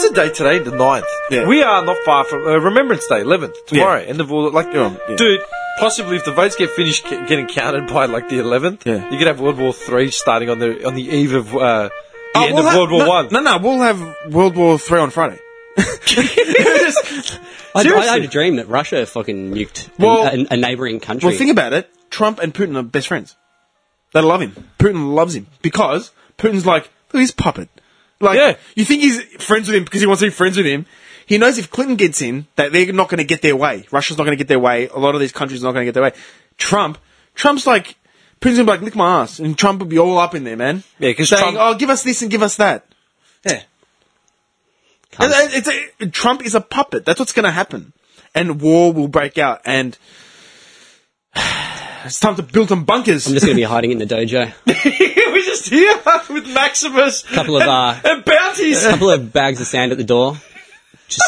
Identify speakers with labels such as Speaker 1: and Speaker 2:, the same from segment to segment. Speaker 1: the date today? The 9th.
Speaker 2: Yeah.
Speaker 1: We are not far from uh, Remembrance Day, 11th, tomorrow. End of all, like,
Speaker 2: Yeah.
Speaker 1: dude, possibly if the votes get finished ca- getting counted by like the 11th,
Speaker 2: Yeah.
Speaker 1: you could have World War Three starting on the on the eve of uh, the
Speaker 2: Oh,
Speaker 1: end
Speaker 2: we'll
Speaker 1: of
Speaker 2: have-
Speaker 1: World War
Speaker 2: no,
Speaker 1: One.
Speaker 2: No, no, we'll have World War Three on Friday.
Speaker 3: I, I
Speaker 1: Seriously.
Speaker 3: had a dream that Russia fucking nuked
Speaker 2: Well-
Speaker 3: an, a, a neighbouring country.
Speaker 2: Well, think about it. Trump and Putin are best friends. They love him. Putin loves him because Putin's like, look, he's a puppet. Like,
Speaker 1: Yeah.
Speaker 2: you think he's friends with him because he wants to be friends with him. He knows if Clinton gets in, that they're not going to get their way. Russia's not going to get their way. A lot of these countries are not going to get their way. Trump, Trump's like, Putin's going to be like, lick my ass. And Trump will be all up in there, man.
Speaker 1: Yeah, 'cause
Speaker 2: Saying,
Speaker 1: Trump-
Speaker 2: oh, give us this and give us that.
Speaker 1: oh,
Speaker 2: Yeah. And- and it's a, Trump is a puppet. That's what's going to happen. And war will break out. And it's time to build some bunkers.
Speaker 3: I'm just going to be hiding in the dojo.
Speaker 1: We're just here with Maximus,
Speaker 3: Couple of,
Speaker 1: and,
Speaker 3: uh,
Speaker 1: and bounties.
Speaker 3: A couple of bags of sand at the door. Just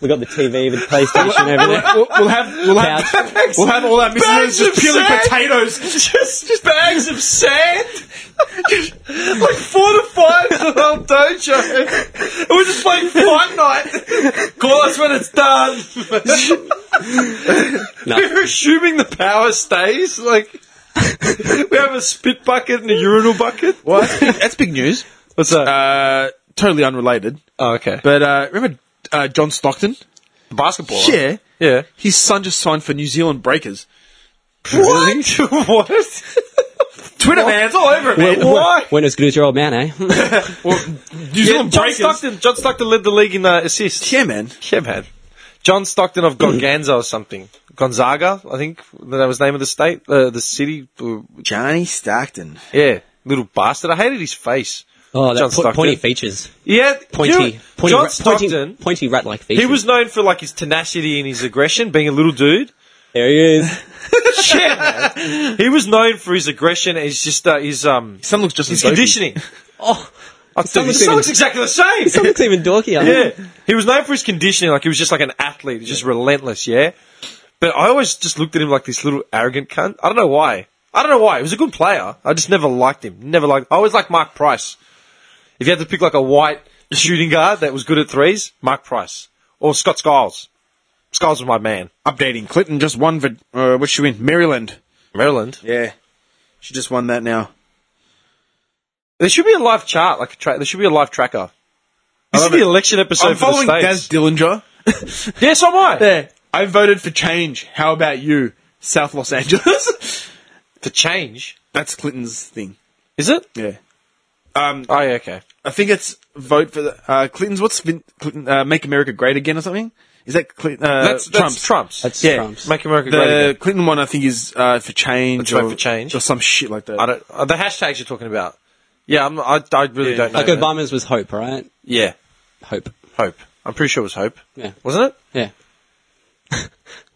Speaker 3: we got the TV with the PlayStation over there.
Speaker 2: we'll, we'll have we'll have
Speaker 1: Bags-
Speaker 2: we'll have all our
Speaker 1: bags
Speaker 2: missionaries
Speaker 1: of
Speaker 2: just peeling
Speaker 1: sand.
Speaker 2: potatoes.
Speaker 1: just, just bags of sand, like fortified the whole dojo. And we're just playing Fight Night. Call us when it's done. We're assuming the power stays. Like we have a spit bucket and a urinal bucket.
Speaker 2: Well, that's big, that's big news.
Speaker 1: What's that?
Speaker 2: Uh, totally unrelated.
Speaker 1: oh, okay.
Speaker 2: But uh, remember uh, John Stockton?
Speaker 1: basketball.
Speaker 2: Yeah,
Speaker 1: Yeah.
Speaker 2: his son just signed for New Zealand Breakers.
Speaker 1: What? what?
Speaker 2: Twitter man's all over it, man.
Speaker 1: Why?
Speaker 3: When it was good as your old man, eh?
Speaker 2: New Zealand
Speaker 1: John
Speaker 2: Breakers.
Speaker 1: Stockton. John Stockton led the league in uh, assists.
Speaker 2: Yeah, man.
Speaker 1: Yeah, man. John Stockton of Gonganza or something. Gonzaga, I think that was the name of the state, uh, the city. uh,
Speaker 2: Johnny Stockton.
Speaker 1: Yeah, little bastard. I hated his face.
Speaker 3: Oh, that
Speaker 1: John
Speaker 3: po-
Speaker 1: Stockton.
Speaker 3: pointy features,
Speaker 1: Yeah,
Speaker 3: pointy,
Speaker 1: you know,
Speaker 3: pointy,
Speaker 1: John
Speaker 3: ra-
Speaker 1: Stockton.
Speaker 3: pointy, pointy rat-like features.
Speaker 1: He was known for like his tenacity and his aggression, being a little dude.
Speaker 3: there. He is.
Speaker 1: Shit, man. He was known for his aggression and his just uh, his um
Speaker 2: Son looks just
Speaker 1: his
Speaker 2: as dopey.
Speaker 1: conditioning.
Speaker 3: Oh,
Speaker 1: I'd say
Speaker 3: Some
Speaker 1: this
Speaker 3: of them-
Speaker 1: looks exactly the same.
Speaker 3: that looks even dorkier.
Speaker 1: Yeah. He was known for his conditioning, like he was just like an athlete, just relentless, yeah? But I always just looked at him like this little arrogant cunt. I don't know why. I don't know why. He was a good player. I just never liked him. Never liked I always liked Mark Price. If you had to pick like a white shooting guard that was good at threes, Mark Price. Or Scott Skiles. Skiles was my man.
Speaker 2: Updating. Clinton just won for uh, what she win? Maryland.
Speaker 1: Maryland.
Speaker 2: Yeah, she just won that now.
Speaker 1: There should be a live chart, like a tra- there should be a live tracker. This is
Speaker 2: love
Speaker 1: the
Speaker 2: it.
Speaker 1: election episode
Speaker 2: I'm
Speaker 1: for
Speaker 2: following
Speaker 1: the
Speaker 2: Daz
Speaker 1: States.
Speaker 2: Dillinger.
Speaker 1: yes, I might.
Speaker 2: There. I voted for change. How about you, South Los Angeles?
Speaker 1: To change.
Speaker 2: That's Clinton's thing.
Speaker 1: Is it?
Speaker 2: Yeah. Um,
Speaker 1: Oh, yeah, okay.
Speaker 2: I think it's vote for the, uh, Clinton's. What's Vin, Clinton, uh, Make America Great Again or something? Is that Clinton? Uh,
Speaker 1: That's, that's Trump's.
Speaker 2: Trump's.
Speaker 1: Trump's.
Speaker 3: That's
Speaker 2: Yeah.
Speaker 3: Trump's.
Speaker 1: Make America Great Again.
Speaker 2: The Clinton one, I think, is uh, for change.
Speaker 1: Let's vote
Speaker 2: or-
Speaker 1: for change.
Speaker 2: or some shit like that.
Speaker 1: I don't. Uh, the hashtags you're talking about. Yeah, I'm, I, I really
Speaker 2: Yeah.
Speaker 1: don't know.
Speaker 3: Like
Speaker 1: man.
Speaker 3: Obama's was hope, right?
Speaker 1: Yeah,
Speaker 3: Hope.
Speaker 1: hope. I'm pretty sure it was hope.
Speaker 3: Yeah.
Speaker 1: wasn't it?
Speaker 3: Yeah.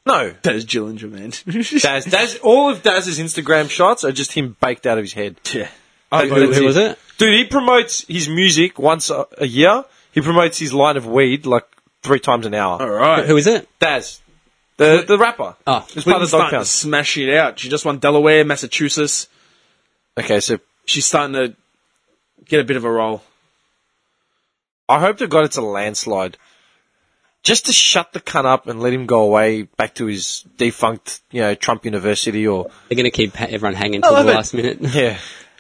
Speaker 1: No.
Speaker 2: Daz Dillinger, man.
Speaker 1: Daz, Daz, all of Daz's Instagram shots are just him baked out of his head.
Speaker 2: Yeah.
Speaker 1: I
Speaker 3: Oh, Who, who was it?
Speaker 1: Dude, he promotes his music once a, a year. He promotes his line of weed like three times an hour.
Speaker 2: All right.
Speaker 3: Who was it?
Speaker 1: Daz, the the rapper.
Speaker 3: Oh.
Speaker 1: it's part of
Speaker 2: Clinton's
Speaker 1: the dog
Speaker 2: starting to
Speaker 1: pound.
Speaker 2: smash it out. She just won Delaware, Massachusetts.
Speaker 1: Okay, so
Speaker 2: She's starting to get a bit of a roll.
Speaker 1: I hope to God it's a landslide. Just to shut the cunt up and let him go away back to his defunct, you know, Trump University or
Speaker 3: They're going to keep ha- everyone hanging till
Speaker 2: love
Speaker 3: the
Speaker 2: it.
Speaker 3: last minute.
Speaker 1: yeah.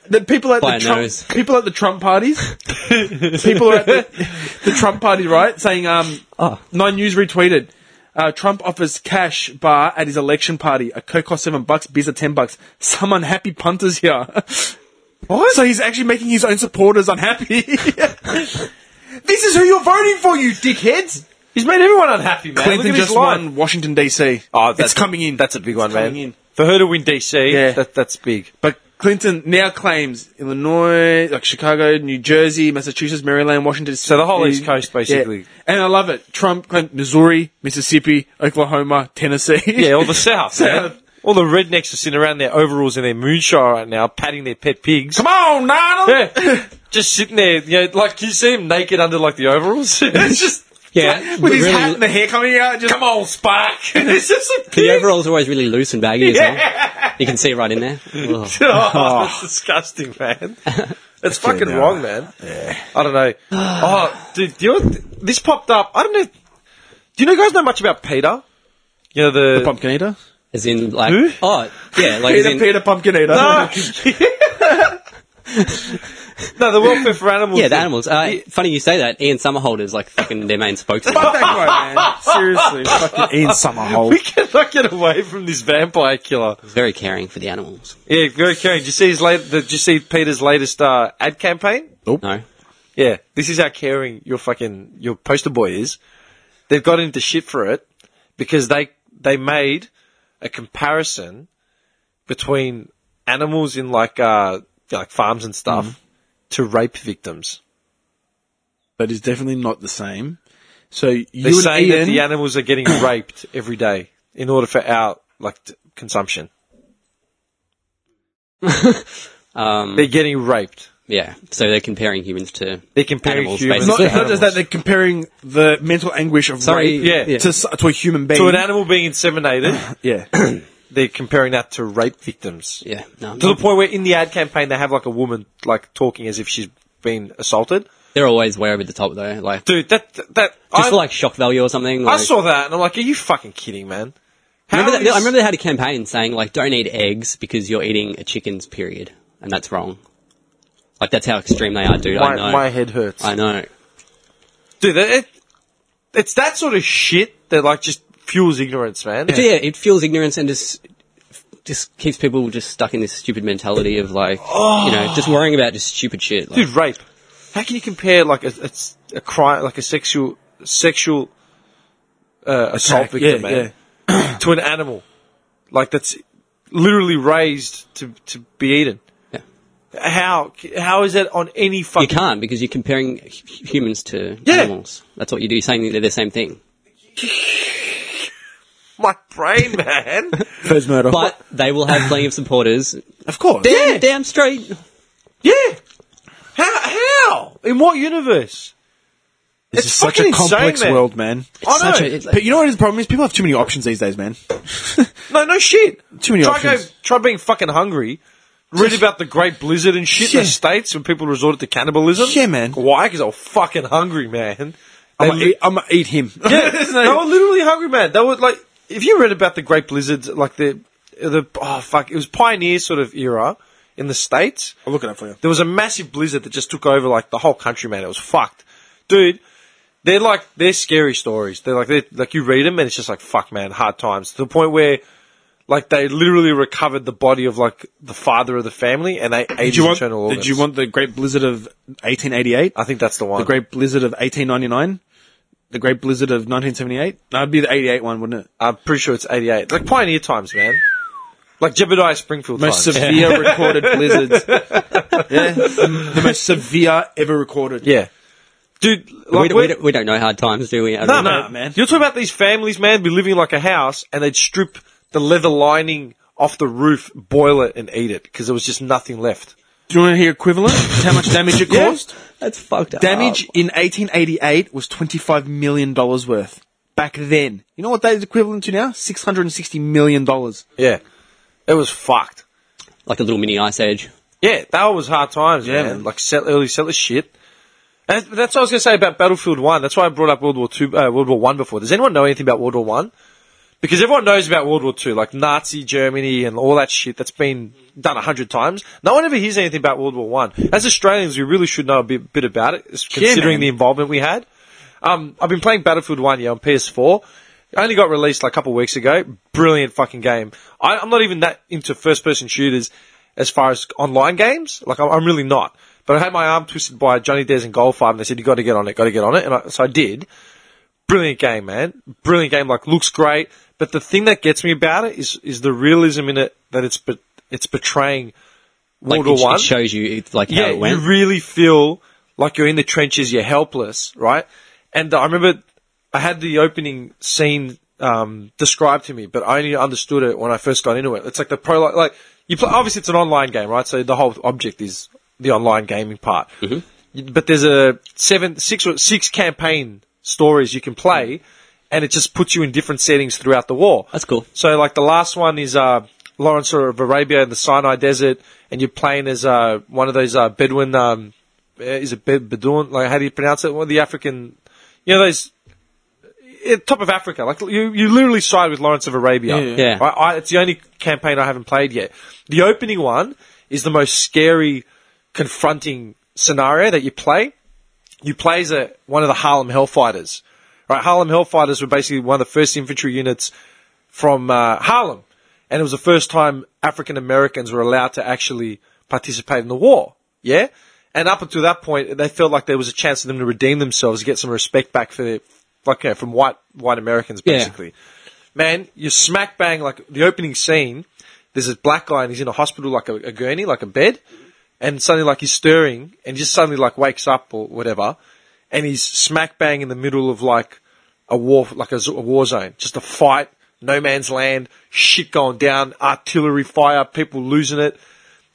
Speaker 2: the people at
Speaker 3: By
Speaker 2: the
Speaker 3: a
Speaker 2: Trump,
Speaker 3: nose.
Speaker 2: people at the Trump parties, people are at the, the Trump party, right? Saying, um,
Speaker 1: Ah.
Speaker 2: Nine News retweeted, uh, Trump offers cash bar at his election party. A coke costs seven bucks, beers are ten bucks. Some unhappy punters here. What? So he's actually making his own supporters unhappy. this is who you're voting for, you dickheads.
Speaker 1: He's made everyone unhappy, man. Look
Speaker 2: Clinton
Speaker 1: at
Speaker 2: just
Speaker 1: his line.
Speaker 2: won Washington DC.
Speaker 1: Oh, that's-
Speaker 2: it's coming in.
Speaker 1: That's a big one,
Speaker 2: It's
Speaker 1: man.
Speaker 2: coming in.
Speaker 1: For her to win DC,
Speaker 2: Yeah.
Speaker 1: that, that's big.
Speaker 2: But Clinton now claims Illinois, like Chicago, New Jersey, Massachusetts, Maryland, Washington. So
Speaker 1: the whole East Coast, basically.
Speaker 2: And I love it. Trump claimed Missouri, Mississippi, Oklahoma, Tennessee.
Speaker 1: Yeah, all the South, man.
Speaker 2: South.
Speaker 1: All the rednecks are sitting around their overalls and their moonshine right now, patting their pet pigs.
Speaker 2: Come on, Nana.
Speaker 1: Yeah. just sitting there, you know, like, can you see him naked under, like, the overalls? it's just,
Speaker 3: Yeah.
Speaker 2: With his
Speaker 3: really,
Speaker 2: hat and the hair coming out, just
Speaker 1: come on, Spark. it's just a
Speaker 3: The
Speaker 1: pig.
Speaker 3: overalls are always really loose and baggy as well. You can see right in there. Ugh.
Speaker 1: Oh, that's disgusting, man. It's
Speaker 2: Oh. Okay,
Speaker 1: fucking
Speaker 2: now-
Speaker 1: wrong, man. I don't know. oh, dude, do you know, what- this popped up. I don't know. Do you know guys know much about Peter? You know the,
Speaker 2: The pumpkin eater?
Speaker 3: As in, like,
Speaker 1: Who?
Speaker 3: oh, yeah, like, as
Speaker 2: Peter,
Speaker 3: in,
Speaker 2: Peter Pumpkin Eater.
Speaker 1: no, the welfare for animals.
Speaker 3: yeah, the
Speaker 1: thing.
Speaker 3: animals. Uh, funny you say that. Ian Somerhalder is like fucking their main spokesman.
Speaker 2: Fuck that guy, man. Seriously. Fucking Ian Summerhold.
Speaker 1: We cannot get away from this vampire killer.
Speaker 3: He's very caring for the animals.
Speaker 1: Yeah, very caring. Did you see his late, the, did you see Peter's latest uh, ad campaign?
Speaker 3: No.
Speaker 1: Yeah, this is how caring your fucking your poster boy is. They've got into shit for it because they they made a comparison between animals in like uh like farms and stuff
Speaker 2: Mm-hmm.
Speaker 1: to rape victims.
Speaker 2: That is definitely not the same. So you
Speaker 1: They're
Speaker 2: and
Speaker 1: saying
Speaker 2: Ian,
Speaker 1: that the animals are getting raped every day in order for our like t- consumption.
Speaker 3: Um,
Speaker 1: They're getting raped.
Speaker 3: yeah. So they're comparing humans to.
Speaker 1: They're comparing
Speaker 3: Animals,
Speaker 1: humans
Speaker 2: not,
Speaker 1: to
Speaker 2: not just that
Speaker 1: animals.
Speaker 2: they're comparing the mental anguish of
Speaker 3: Sorry,
Speaker 2: rape
Speaker 1: yeah.
Speaker 2: to, s- to a human being.
Speaker 1: to an animal being inseminated.
Speaker 2: yeah.
Speaker 1: they're comparing that to rape victims.
Speaker 3: Yeah. No.
Speaker 1: To the point where in the ad campaign they have like a woman like talking as if she's been assaulted.
Speaker 3: They're always way over the top though. Like,
Speaker 1: Dude, that that I,
Speaker 3: just for like shock value or something.
Speaker 1: I
Speaker 3: Like,
Speaker 1: saw that and I'm like, are you fucking kidding, man? How
Speaker 3: remember that,
Speaker 1: is-
Speaker 3: I remember they had a campaign saying like, don't eat eggs because you're eating a chicken's period. And that's wrong. Like, that's how extreme they are, dude. I
Speaker 1: my,
Speaker 3: know.
Speaker 1: my head hurts,
Speaker 3: I know.
Speaker 1: dude. that- It, it's that sort of shit that like just fuels ignorance, man.
Speaker 3: So yeah, it fuels ignorance and just just keeps people just stuck in this stupid mentality of like, you know, just worrying about just stupid shit. Like,
Speaker 1: Dude, rape. How can you compare like a, a, a crime, like a sexual sexual uh, assault
Speaker 2: Attack,
Speaker 1: victim,
Speaker 2: yeah,
Speaker 1: man, to an animal, like that's literally raised to to be eaten?
Speaker 3: Yeah.
Speaker 1: How how is that on any
Speaker 3: you
Speaker 1: fucking?
Speaker 3: can't because you're comparing hu- humans to
Speaker 1: Yeah.
Speaker 3: animals. That's what you do. You're saying that they're the same thing,
Speaker 1: My brain, man.
Speaker 2: First murder.
Speaker 3: but they will have plenty of supporters.
Speaker 2: of course.
Speaker 3: Damn, damn straight.
Speaker 1: yeah. How how in what universe?
Speaker 2: This
Speaker 1: It's
Speaker 2: is such a
Speaker 1: fucking insane,
Speaker 2: complex
Speaker 1: man.
Speaker 2: world, man.
Speaker 1: I know.
Speaker 3: Such a- it's like-
Speaker 2: But you know what his problem is? People have too many options these days, man.
Speaker 1: no, no shit.
Speaker 2: Too many
Speaker 1: try
Speaker 2: options.
Speaker 1: Go, try being fucking hungry. Read about the great blizzard and shit in
Speaker 2: Yeah.
Speaker 1: the states when people resorted to cannibalism.
Speaker 2: Yeah, man.
Speaker 1: Why? Because I was fucking hungry, man. They
Speaker 2: I'm gonna
Speaker 1: li-
Speaker 2: eat, I'm gonna eat him.
Speaker 1: yeah, they were literally hungry, man. They were like, if you read about the great blizzards, like the the oh fuck, it was pioneer sort of era in the states.
Speaker 2: I'll look it up for you.
Speaker 1: There was a massive blizzard that just took over like the whole country, man. It was fucked, dude. They're like they're scary stories. They're like they are like you read them and it's just like fuck, man, hard times to the point where like they literally recovered the body of like the father of the family and they ate
Speaker 2: Did you,
Speaker 1: his
Speaker 2: want,
Speaker 1: internal organs.
Speaker 2: did you want the Great Blizzard of 1888?
Speaker 1: I think that's the one.
Speaker 2: The Great Blizzard of 1899? The Great Blizzard of 1978? That'd be the 88 one, wouldn't it?
Speaker 1: I'm pretty sure it's 88. Like pioneer times, man. Like Jebediah Springfield
Speaker 2: Most
Speaker 1: times.
Speaker 2: severe recorded blizzards. yeah. The most severe ever recorded.
Speaker 1: Yeah. Dude,
Speaker 3: We,
Speaker 1: like,
Speaker 3: don't- we, don't, we don't know hard times, do we? I
Speaker 1: nah,
Speaker 3: don't know.
Speaker 2: Nah,
Speaker 1: man.
Speaker 2: man.
Speaker 1: You're talking about these families, man, be living like a house and they'd strip the leather lining off the roof, boil it, and eat it because there was just nothing left.
Speaker 2: Do you want to hear equivalent? How much damage it caused?
Speaker 3: That's fucked up.
Speaker 2: Damage
Speaker 1: Um,
Speaker 2: in 1888 was $25 million worth. Back then. You know what that is equivalent to now? $660 million.
Speaker 1: Yeah. It was fucked.
Speaker 3: like a little mini ice age.
Speaker 1: Yeah, that was hard times,
Speaker 2: Yeah,
Speaker 1: man.
Speaker 2: man.
Speaker 1: Like sell, early settler shit. And that's- that's what I was going to say about Battlefield One. That's why I brought up World War Two, uh, World War One before. Does anyone know anything about World War One? Because everyone knows about World War Two, like Nazi Germany and all that shit that's been done a hundred times. No one ever hears anything about World War One. As Australians, we really should know a bit, bit about it, considering
Speaker 2: man.
Speaker 1: the involvement we had. Um, I've been playing Battlefield One, yeah, on PS4. It only got released like a couple weeks ago. Brilliant fucking game. I, I'm not even that into first person shooters as far as online games. Like I'm, I'm really not. But I had my arm twisted by Johnny Dares and Goldfarb, and they said you got to get on it, got to get on it, and I, so I did. Brilliant game, man. Brilliant game. Like looks great, but the thing that gets me about it is is the realism in it that it's be, it's betraying
Speaker 3: Like
Speaker 1: World
Speaker 3: it,
Speaker 1: War One
Speaker 3: it shows you it's like how it went.
Speaker 1: you really feel like you're in the trenches, you're helpless, right? And I remember I had the opening scene um, described to me, but I only understood it when I first got into it. It's like the prologue, like you play, obviously it's an online game, right? So the whole object is the online gaming part. Mm-hmm. But there's a seven, six or six campaign stories you can play, and it just puts you in different settings throughout the war.
Speaker 3: That's cool.
Speaker 1: So like the last one is uh Lawrence of Arabia in the Sinai Desert, and you're playing as uh, one of those uh, Bedouin. Um, eh, is it Bed- Bedouin? Like how do you pronounce it? One of the African, you know those. eh, Top of Africa, like you, you literally side with Lawrence of Arabia.
Speaker 2: Yeah, yeah.
Speaker 3: Yeah.
Speaker 1: I, I, it's the only campaign I haven't played yet. The opening one is the most scary, confronting scenario that you play you play as a, one of the Harlem Hellfighters. Right, Harlem Hellfighters were basically one of the first infantry units from uh, Harlem, and it was the first time African Americans were allowed to actually participate in the war. Yeah, and up until that point, they felt like there was a chance for them to redeem themselves, get some respect back for their, like, you know, from white white Americans,
Speaker 3: Yeah.
Speaker 1: basically. Man, you smack bang like the opening scene. There's this black guy and he's in a hospital like a, a gurney, like a bed, and suddenly like he's stirring and just suddenly like wakes up or whatever, and he's smack bang in the middle of like a war, like a, z- a war zone, just a fight, no man's land, shit going down, artillery fire, people losing it,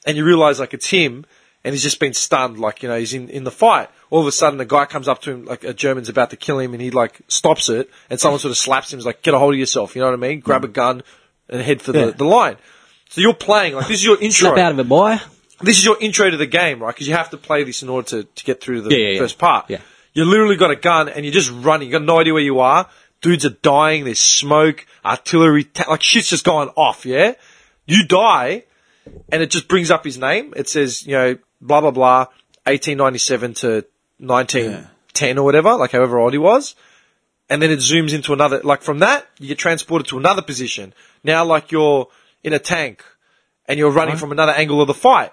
Speaker 1: and you realize like it's him, and he's just been stunned, like you know he's in in the fight. All of a sudden, a guy comes up to him, like a German's about to kill him, and he like stops it, and someone sort of slaps him, is like, "Get a hold of yourself," you know what I mean? Grab a gun and head for the, the line. So you're playing like this is your intro
Speaker 3: Snap out of it, boy.
Speaker 1: this is your intro to the game, right? Because you have to play this in order to, to get through the
Speaker 3: Yeah, yeah,
Speaker 1: first
Speaker 3: yeah.
Speaker 1: part.
Speaker 3: Yeah.
Speaker 1: You literally got a gun and you're just running. You got no idea where you are. Dudes are dying. There's smoke, artillery, ta- like shit's just going off. Yeah. You die and it just brings up his name. It says, you know, blah, blah, blah, 1897 to 1910 or whatever, like however old he was and then it zooms into another. Like from that, you get transported to another position. Now, like you're in a tank, and you're running from another angle of the fight.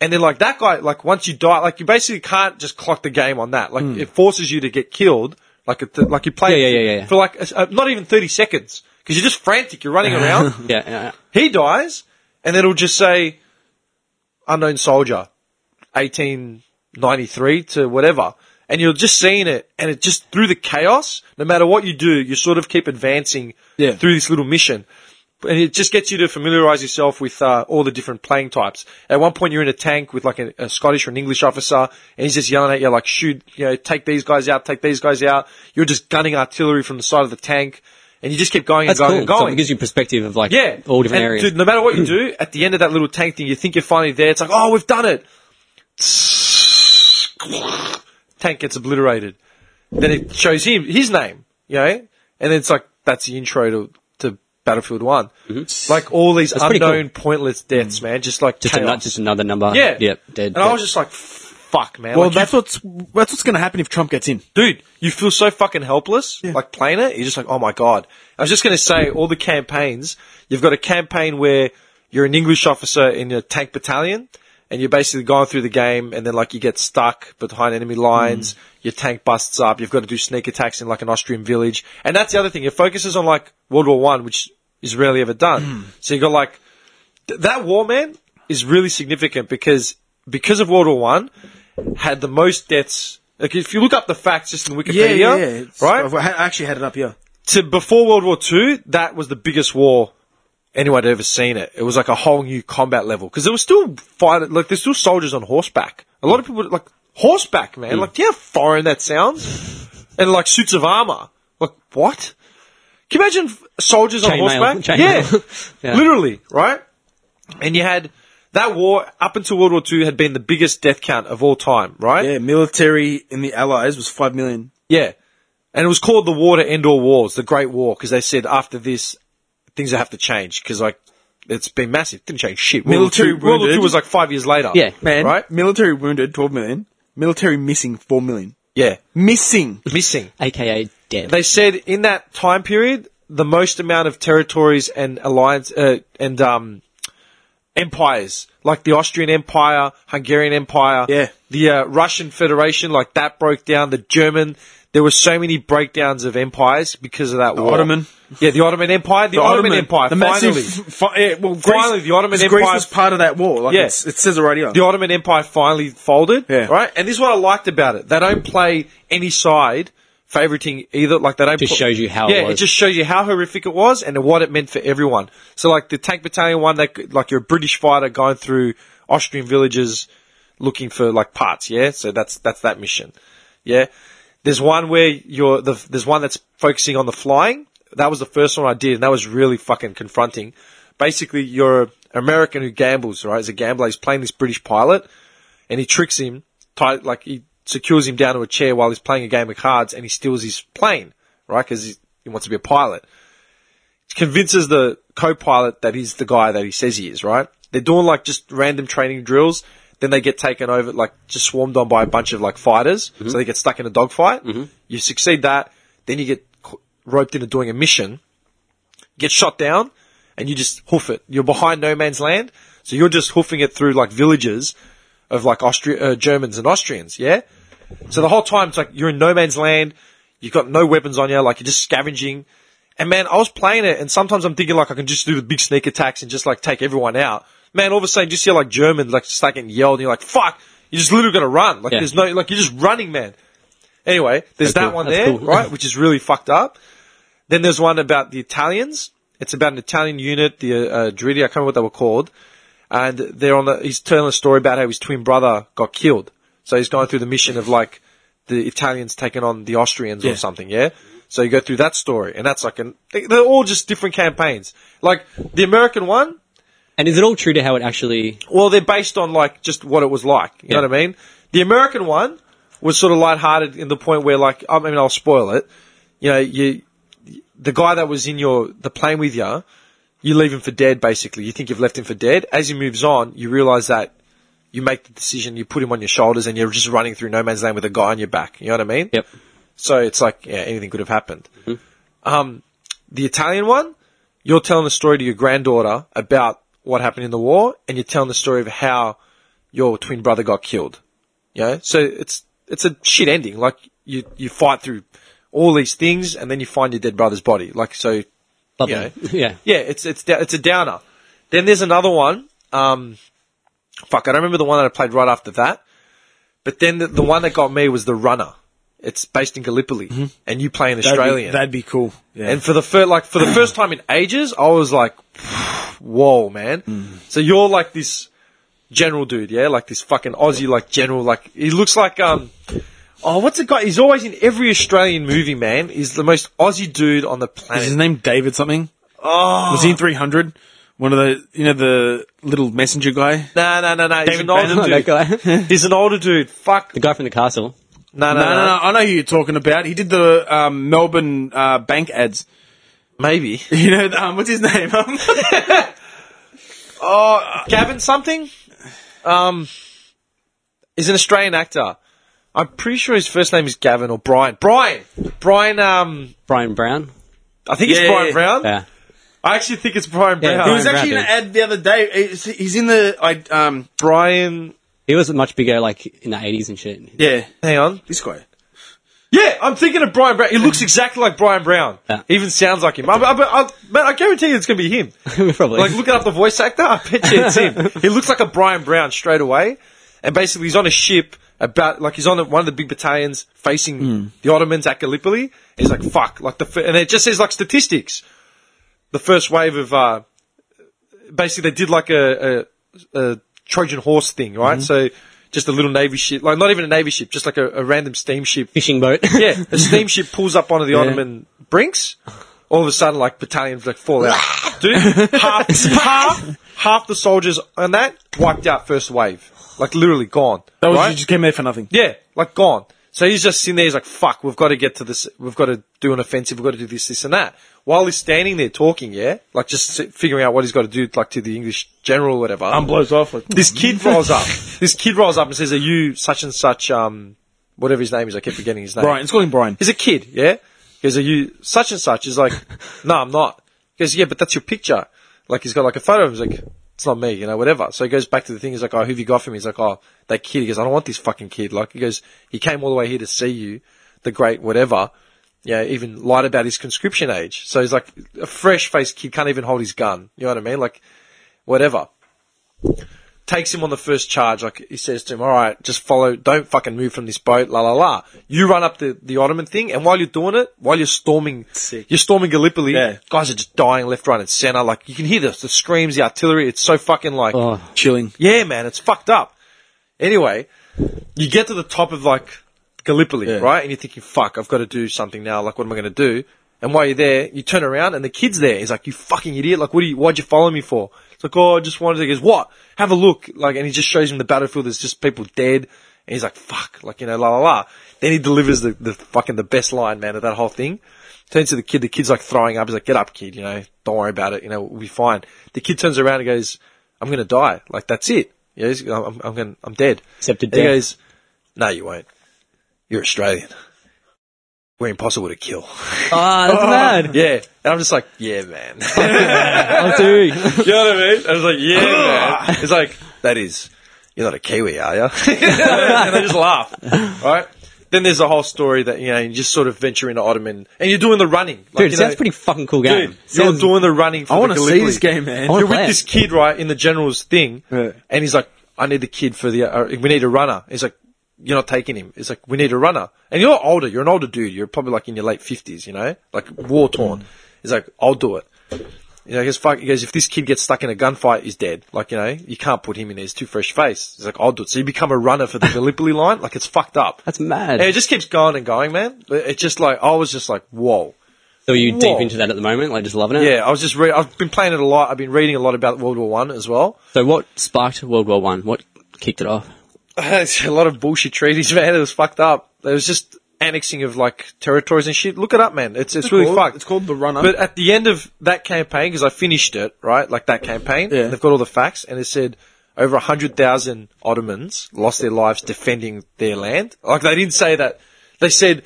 Speaker 1: And then, like that guy, like once you die, like you basically can't just clock the game on that. Like it forces you to get killed. Like it, like you play
Speaker 3: Hmm. Yeah, yeah, yeah, yeah.
Speaker 1: for like a, not even thirty seconds because you're just frantic. You're running around.
Speaker 3: Yeah, yeah.
Speaker 1: he dies, and it'll just say unknown soldier, eighteen ninety three to whatever, and you're just seeing it, and it just through the chaos. No matter what you do, you sort of keep advancing
Speaker 2: Yeah.
Speaker 1: through this little mission, and it just gets you to familiarize yourself with uh, all the different playing types. At one point, you're in a tank with like a, a Scottish or an English officer, and he's just yelling at you like, "Shoot, you know, take these guys out, take these guys out." You're just gunning artillery from the side of the tank. And you just keep going
Speaker 3: That's
Speaker 1: and
Speaker 3: cool.
Speaker 1: going and going.
Speaker 3: So it gives you perspective of like
Speaker 1: Yeah.
Speaker 3: all different
Speaker 1: And,
Speaker 3: areas.
Speaker 1: Dude, no matter what you do, at the end of that little tank thing, you think you're finally there. It's like, oh, we've done it. Tank gets obliterated. Then it shows him his name, you know, and then it's like that's the intro to, to Battlefield One. Like all these
Speaker 3: Mm-hmm. pretty cool. Mm.
Speaker 1: unknown, pointless deaths, man. Just like
Speaker 3: just,
Speaker 1: chaos.
Speaker 3: another, just another number.
Speaker 1: yeah,
Speaker 3: Yep. Dead.
Speaker 1: And
Speaker 3: Yep.
Speaker 1: I was just like, fuck, man.
Speaker 2: Well,
Speaker 1: Like,
Speaker 2: that's what's that's what's going to happen if Trump gets in.
Speaker 1: dude, you feel so fucking helpless, like playing it. You're just like, oh my god. I was just going to say, all the campaigns, you've got a campaign where you're an English officer in a tank battalion, and you're basically going through the game, and then like you get stuck behind enemy lines, your tank busts up, you've got to do sneak attacks in like an Austrian village, and that's the other thing. It focuses on like World War One, which is rarely ever done. So you got like th- that war, man, is really significant because because of World War One, had the most deaths. Like if you look up the facts just in Wikipedia, right?
Speaker 2: I actually had it up here.
Speaker 1: to before World War Two, that was the biggest war anyone had ever seen. It. It was like a whole new combat level because there was still fight. Like there's still soldiers on horseback. A lot of people like horseback, man. Like do you know how foreign that sounds? And like suits of armor. Like what? Can you imagine f- soldiers on
Speaker 3: Chainmail.
Speaker 1: horseback?
Speaker 3: Chainmail.
Speaker 1: Yeah.
Speaker 3: Yeah.
Speaker 1: literally, right? And you had that war up until World War Two had been the biggest death count of all time, right?
Speaker 2: Yeah, military in the Allies was five million.
Speaker 1: Yeah. And it was called the War to End All Wars, the Great War, because they said after this, things have to change, because like, it's been massive. Didn't change shit.
Speaker 2: Military
Speaker 1: World War II- World War II
Speaker 2: wounded.
Speaker 1: was like five years later.
Speaker 3: Yeah.
Speaker 2: Man,
Speaker 1: Right?
Speaker 2: right? Military wounded, twelve million. Military missing, four million.
Speaker 1: Yeah.
Speaker 2: Missing.
Speaker 1: Missing.
Speaker 3: AKA dead.
Speaker 1: They said in that time period, the most amount of territories and alliance uh, and um, empires, like the Austrian Empire, Hungarian Empire,
Speaker 2: Yeah.
Speaker 1: the uh, Russian Federation, like that broke down. The German, there were so many breakdowns of empires because of that war.
Speaker 2: Ottoman.
Speaker 1: yeah, the Ottoman Empire, the, Ottoman, Empire,
Speaker 2: the
Speaker 1: finally.
Speaker 2: massive. f- fi- yeah, well, Greece,
Speaker 1: Finally, the Ottoman
Speaker 2: 'cause Greece
Speaker 1: Empire-
Speaker 2: was part of that war. Like,
Speaker 1: Yeah.
Speaker 2: it's, it says it right here.
Speaker 1: the Ottoman Empire finally folded,
Speaker 2: Yeah.
Speaker 1: right? And this is what I liked about it. They don't play any side favoriting either. Like they don't.
Speaker 3: Just shows you how it
Speaker 1: Yeah,
Speaker 3: was.
Speaker 1: it just shows you how horrific it was and what it meant for everyone. So like the tank battalion one, they could- like you're a British fighter going through Austrian villages looking for like parts. Yeah, so that's that's that mission. Yeah. There's one where you're the there's one that's focusing on the flying. That was the first one I did, and that was really fucking confronting. basically you're an American who gambles, right? As a gambler, he's playing this British pilot, and he tricks him, tie, like he secures him down to a chair while he's playing a game of cards, and he steals his plane, right? Because he, he wants to be a pilot. Convinces the co-pilot that he's the guy that he says he is, right? They're doing like just random training drills. Then they get taken over, like just swarmed on by a bunch of like fighters. So they get stuck in a dogfight. You succeed that, then you get co- roped into doing a mission get shot down and you just hoof it. You're behind no man's land, so you're just hoofing it through like villages of like Austri- uh, Germans and Austrians, yeah? So the whole time it's like you're in no man's land, you've got no weapons on you, like you're just scavenging. And man, I was playing it and sometimes I'm thinking like I can just do the big sneak attacks and just like take everyone out. Man, all of a sudden you just hear like German like start getting yelled and you're like, fuck, you just literally gotta run. Like
Speaker 3: Yeah.
Speaker 1: there's no, like you're just running, man. Anyway, there's that
Speaker 3: That's cool.
Speaker 1: one
Speaker 3: That's
Speaker 1: there,
Speaker 3: cool.
Speaker 1: right? Which is really fucked up. Then there's one about the Italians. It's about an Italian unit, the uh, Druidi, I can't remember what they were called. And they're on the, he's telling a story about how his twin brother got killed. So he's going through the mission of like the Italians taking on the Austrians or something, yeah? So you go through that story and that's like an, they- they're all just different campaigns. Like the American one,
Speaker 3: And is it all true to how it actually?
Speaker 1: well, they're based on like just what it was like. You know
Speaker 3: Yeah.
Speaker 1: what I mean? The American one was sort of lighthearted in the point where like I mean I'll spoil it. You know, you the guy that was in your the plane with you, you leave him for dead basically. You think you've left him for dead. As he moves on, you realize that you make the decision, you put him on your shoulders and you're just running through no man's land with a guy on your back. You know what I mean?
Speaker 3: Yep.
Speaker 1: So it's like, yeah, anything could have happened. Um, the Italian one, you're telling the story to your granddaughter about what happened in the war, and you're telling the story of how your twin brother got killed. You know? So it's, it's a shit ending. Like, you, you fight through all these things, and then you find your dead brother's body. Like, so
Speaker 3: Lovely.
Speaker 1: Yeah.
Speaker 3: yeah.
Speaker 1: yeah, it's it's da- it's a downer. Then there's another one. Um, fuck, I don't remember the one that I played right after that. But then the, the one that got me was the Runner. It's based in Gallipoli, and you play an Australian.
Speaker 2: That'd be, cool. Yeah.
Speaker 1: and for the first like for the first time in ages, I was like, "Whoa, man!" So you're like this general dude, yeah, like this fucking Aussie, like general, like he looks like um. Oh, what's the guy? He's always in every Australian movie, man. He's the most Aussie dude on the
Speaker 2: is his
Speaker 1: planet.
Speaker 2: name David something?
Speaker 1: Oh,
Speaker 2: Was he in 300? One of the, you know, the little messenger guy?
Speaker 1: no, no, no, no. He's an
Speaker 2: David uh,
Speaker 1: older
Speaker 2: Banner,
Speaker 1: dude.
Speaker 3: that guy,
Speaker 1: He's an older dude. Fuck.
Speaker 3: the guy from the castle.
Speaker 1: No, no,
Speaker 2: No,
Speaker 1: no.
Speaker 2: no, no. I know who you're talking about. He did the um, Melbourne uh, bank ads.
Speaker 1: Maybe.
Speaker 2: You know, um, what's his name? Um,
Speaker 1: Oh, Gavin something? Um, is an Australian actor. I'm pretty sure his first name is Gavin or Brian. Brian! Brian, um,
Speaker 3: Brian Brown.
Speaker 1: I think
Speaker 2: Yeah,
Speaker 1: it's Brian
Speaker 2: yeah,
Speaker 1: Brown.
Speaker 3: Yeah.
Speaker 1: I actually think it's Brian
Speaker 3: Yeah,
Speaker 1: Brown.
Speaker 2: he was
Speaker 3: Brian
Speaker 2: actually in an
Speaker 3: Brown,
Speaker 2: ad the other day. He's- He's in the, I, um,
Speaker 1: Brian,
Speaker 3: He was much bigger, like in the eighties and shit.
Speaker 2: yeah,
Speaker 1: hang on.
Speaker 2: this guy.
Speaker 1: Yeah, I'm thinking of Brian Brown. He looks exactly like Brian Brown.
Speaker 3: Yeah.
Speaker 1: Even sounds like him. I, I, I, man, I guarantee you it's going to be him.
Speaker 3: Probably.
Speaker 1: Like looking up the voice actor, I bet you it's him. he looks like a Brian Brown straight away, and basically he's on a ship about like he's on the, one of the big battalions facing the Ottomans at Gallipoli. He's like fuck, like the fir- and it just says like statistics. The first wave of uh, basically they did like a, a, a Trojan horse thing, right? So just a little navy ship, like not even a navy ship, just like a, a random steamship
Speaker 3: fishing boat.
Speaker 1: yeah, a steamship pulls up onto the Ottoman brinks. All of a sudden, like battalions like fall out. Dude, half, half, half the soldiers on that wiped out first wave. Like literally gone.
Speaker 2: That was,
Speaker 1: right?
Speaker 2: you just came there for nothing.
Speaker 1: Yeah, like gone. So he's just sitting there. He's like, "Fuck, we've got to get to this. We've got to do an offensive. We've got to do this, this, and that." While he's standing there talking, yeah, like just sit- figuring out what he's got to do, like to the English general or whatever.
Speaker 2: Um, blows off. Like,
Speaker 1: this kid rolls up. This kid rolls up and says, "Are you such and such? Um, whatever his name is, I keep forgetting his name."
Speaker 2: Brian. It's calling Brian.
Speaker 1: He's a kid, yeah? Because are you such and such? He's like, no, I'm not. He goes, yeah, but that's your picture. Like, he's got like a photo of him. He's like, it's not me, you know, whatever. So he goes back to the thing. He's like, oh, who have you got for me? He's like, oh, that kid. He goes, I don't want this fucking kid. Like, he goes, he came all the way here to see you, the great whatever. Yeah, even lied about his conscription age. So he's like, a fresh faced kid can't even hold his gun. You know what I mean? Like, whatever takes him on the first charge. Like he says to him, "All right, just follow. Don't fucking move from this boat." La la la. You run up the the Ottoman thing, and while you're doing it, while you're storming,
Speaker 2: Sick.
Speaker 1: you're storming Gallipoli.
Speaker 2: Yeah.
Speaker 1: Guys are just dying left, right, and center. Like you can hear the the screams, the artillery. It's so fucking like
Speaker 3: Oh,
Speaker 2: Chilling.
Speaker 1: yeah, man, it's fucked up. Anyway, you get to the top of like Gallipoli,
Speaker 2: Yeah.
Speaker 1: right? And you're thinking, fuck, I've got to do something now. Like, what am I going to do? And while you're there, you turn around and the kid's there. He's like, you fucking idiot. Like, what do you, why'd you follow me for? It's like, oh, I just wanted to, he goes, what? Have a look. Like, and he just shows him the battlefield. There's just people dead. And he's like, fuck. Like, you know, la la la. Then he delivers the, the fucking, the best line, man, of that whole thing. Turns to the kid. The kid's like throwing up. He's like, get up, kid. You know, don't worry about it. You know, we'll be fine. The kid turns around and goes, I'm going to die. Like, that's it. Yeah, he's- I'm, I'm going, I'm dead.
Speaker 3: Accepted
Speaker 1: And He
Speaker 3: death.
Speaker 1: goes, no, you won't. You're Australian. We're impossible to kill.
Speaker 3: Ah, that's mad.
Speaker 1: Yeah. And I'm just like, yeah, man.
Speaker 3: Oh, dude.
Speaker 1: you know what I mean? I was like, yeah, man. It's like, that is, you're not a Kiwi, are you? and they just laugh. Right? Then there's the whole story that, you know, you just sort of venture into Ottoman and you're doing the running. Like,
Speaker 3: Dude,
Speaker 1: you
Speaker 3: it sounds
Speaker 1: know,
Speaker 3: pretty fucking cool game.
Speaker 1: Dude,
Speaker 3: Sounds-
Speaker 1: you're doing the running for
Speaker 2: I
Speaker 1: the
Speaker 2: want to see
Speaker 1: Gallipoli.
Speaker 2: this game, man.
Speaker 3: I wanna
Speaker 1: You're
Speaker 3: play
Speaker 1: with
Speaker 3: it.
Speaker 1: this kid, right, in the general's thing,
Speaker 2: Yeah.
Speaker 1: and he's like, I need the kid for the, uh, we need a runner. He's like, you're not taking him. He's like, we need a runner. And you're older, you're an older dude, you're probably like in your late 50s, you know, like war torn. He's like, I'll do it. You know, he goes, fuck, he goes, if this kid gets stuck in a gunfight, he's dead. Like, you know, you can't put him in there, he's too fresh faced. He's like, I'll do it. So you become a runner for the Gallipoli line, like it's fucked up.
Speaker 3: that's mad.
Speaker 1: And it just keeps going and going, man. It's just like, I was just like, whoa.
Speaker 3: so are you
Speaker 1: Whoa.
Speaker 3: deep into that at the moment, like just loving it?
Speaker 1: Yeah, I was just re- I've been playing it a lot. I've been reading a lot about World War One as well.
Speaker 3: So what sparked World War One? What kicked it off?
Speaker 1: It's a lot of bullshit treaties, man. It was fucked up. It was just annexing of like territories and shit. Look it up, man. It's it's, really
Speaker 2: called-
Speaker 1: fucked.
Speaker 2: it's called The Runner.
Speaker 1: But at the end of that campaign, because I finished it right, like that campaign,
Speaker 2: Yeah.
Speaker 1: they've got all the facts, and it said over hundred thousand Ottomans lost their lives defending their land. Like they didn't say that. They said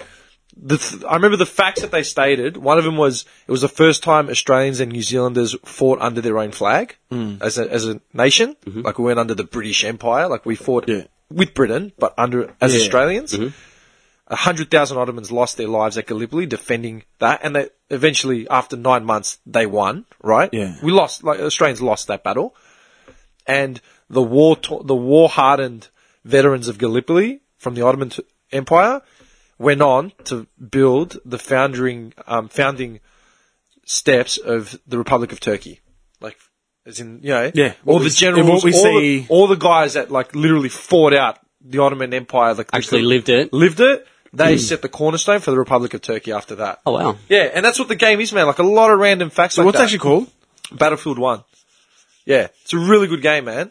Speaker 1: the th- I remember the facts that they stated. One of them was it was the first time Australians and New Zealanders fought under their own flag
Speaker 2: Mm.
Speaker 1: as a as a nation. Like we weren't under the British Empire. Like we fought
Speaker 2: Mm-hmm. Yeah.
Speaker 1: with Britain, but under as
Speaker 2: Yeah. Mm-hmm.
Speaker 1: Australians. A hundred thousand Ottomans lost their lives at Gallipoli defending that, and they eventually, after nine months, they won. Right?
Speaker 2: Yeah.
Speaker 1: we lost. Like Australians lost that battle, and the war to- the war hardened veterans of Gallipoli from the Ottoman t- Empire went on to build the founding um, founding steps of the Republic of Turkey, like as in you know,
Speaker 2: Yeah,
Speaker 1: all
Speaker 2: what
Speaker 1: the
Speaker 2: we-
Speaker 1: generals,
Speaker 2: what we
Speaker 1: all,
Speaker 2: see-
Speaker 1: the, all the guys that like literally fought out the Ottoman Empire, like they
Speaker 3: Actually
Speaker 1: still-
Speaker 3: lived it?
Speaker 1: lived it. They
Speaker 2: Hmm.
Speaker 1: set the cornerstone for the Republic of Turkey after that.
Speaker 3: Oh wow.
Speaker 1: Yeah, and that's what the game is, man. Like a lot of random facts.
Speaker 2: So
Speaker 1: like
Speaker 2: what's
Speaker 1: that.
Speaker 2: actually called?
Speaker 1: Battlefield One. Yeah, it's a really good game, man.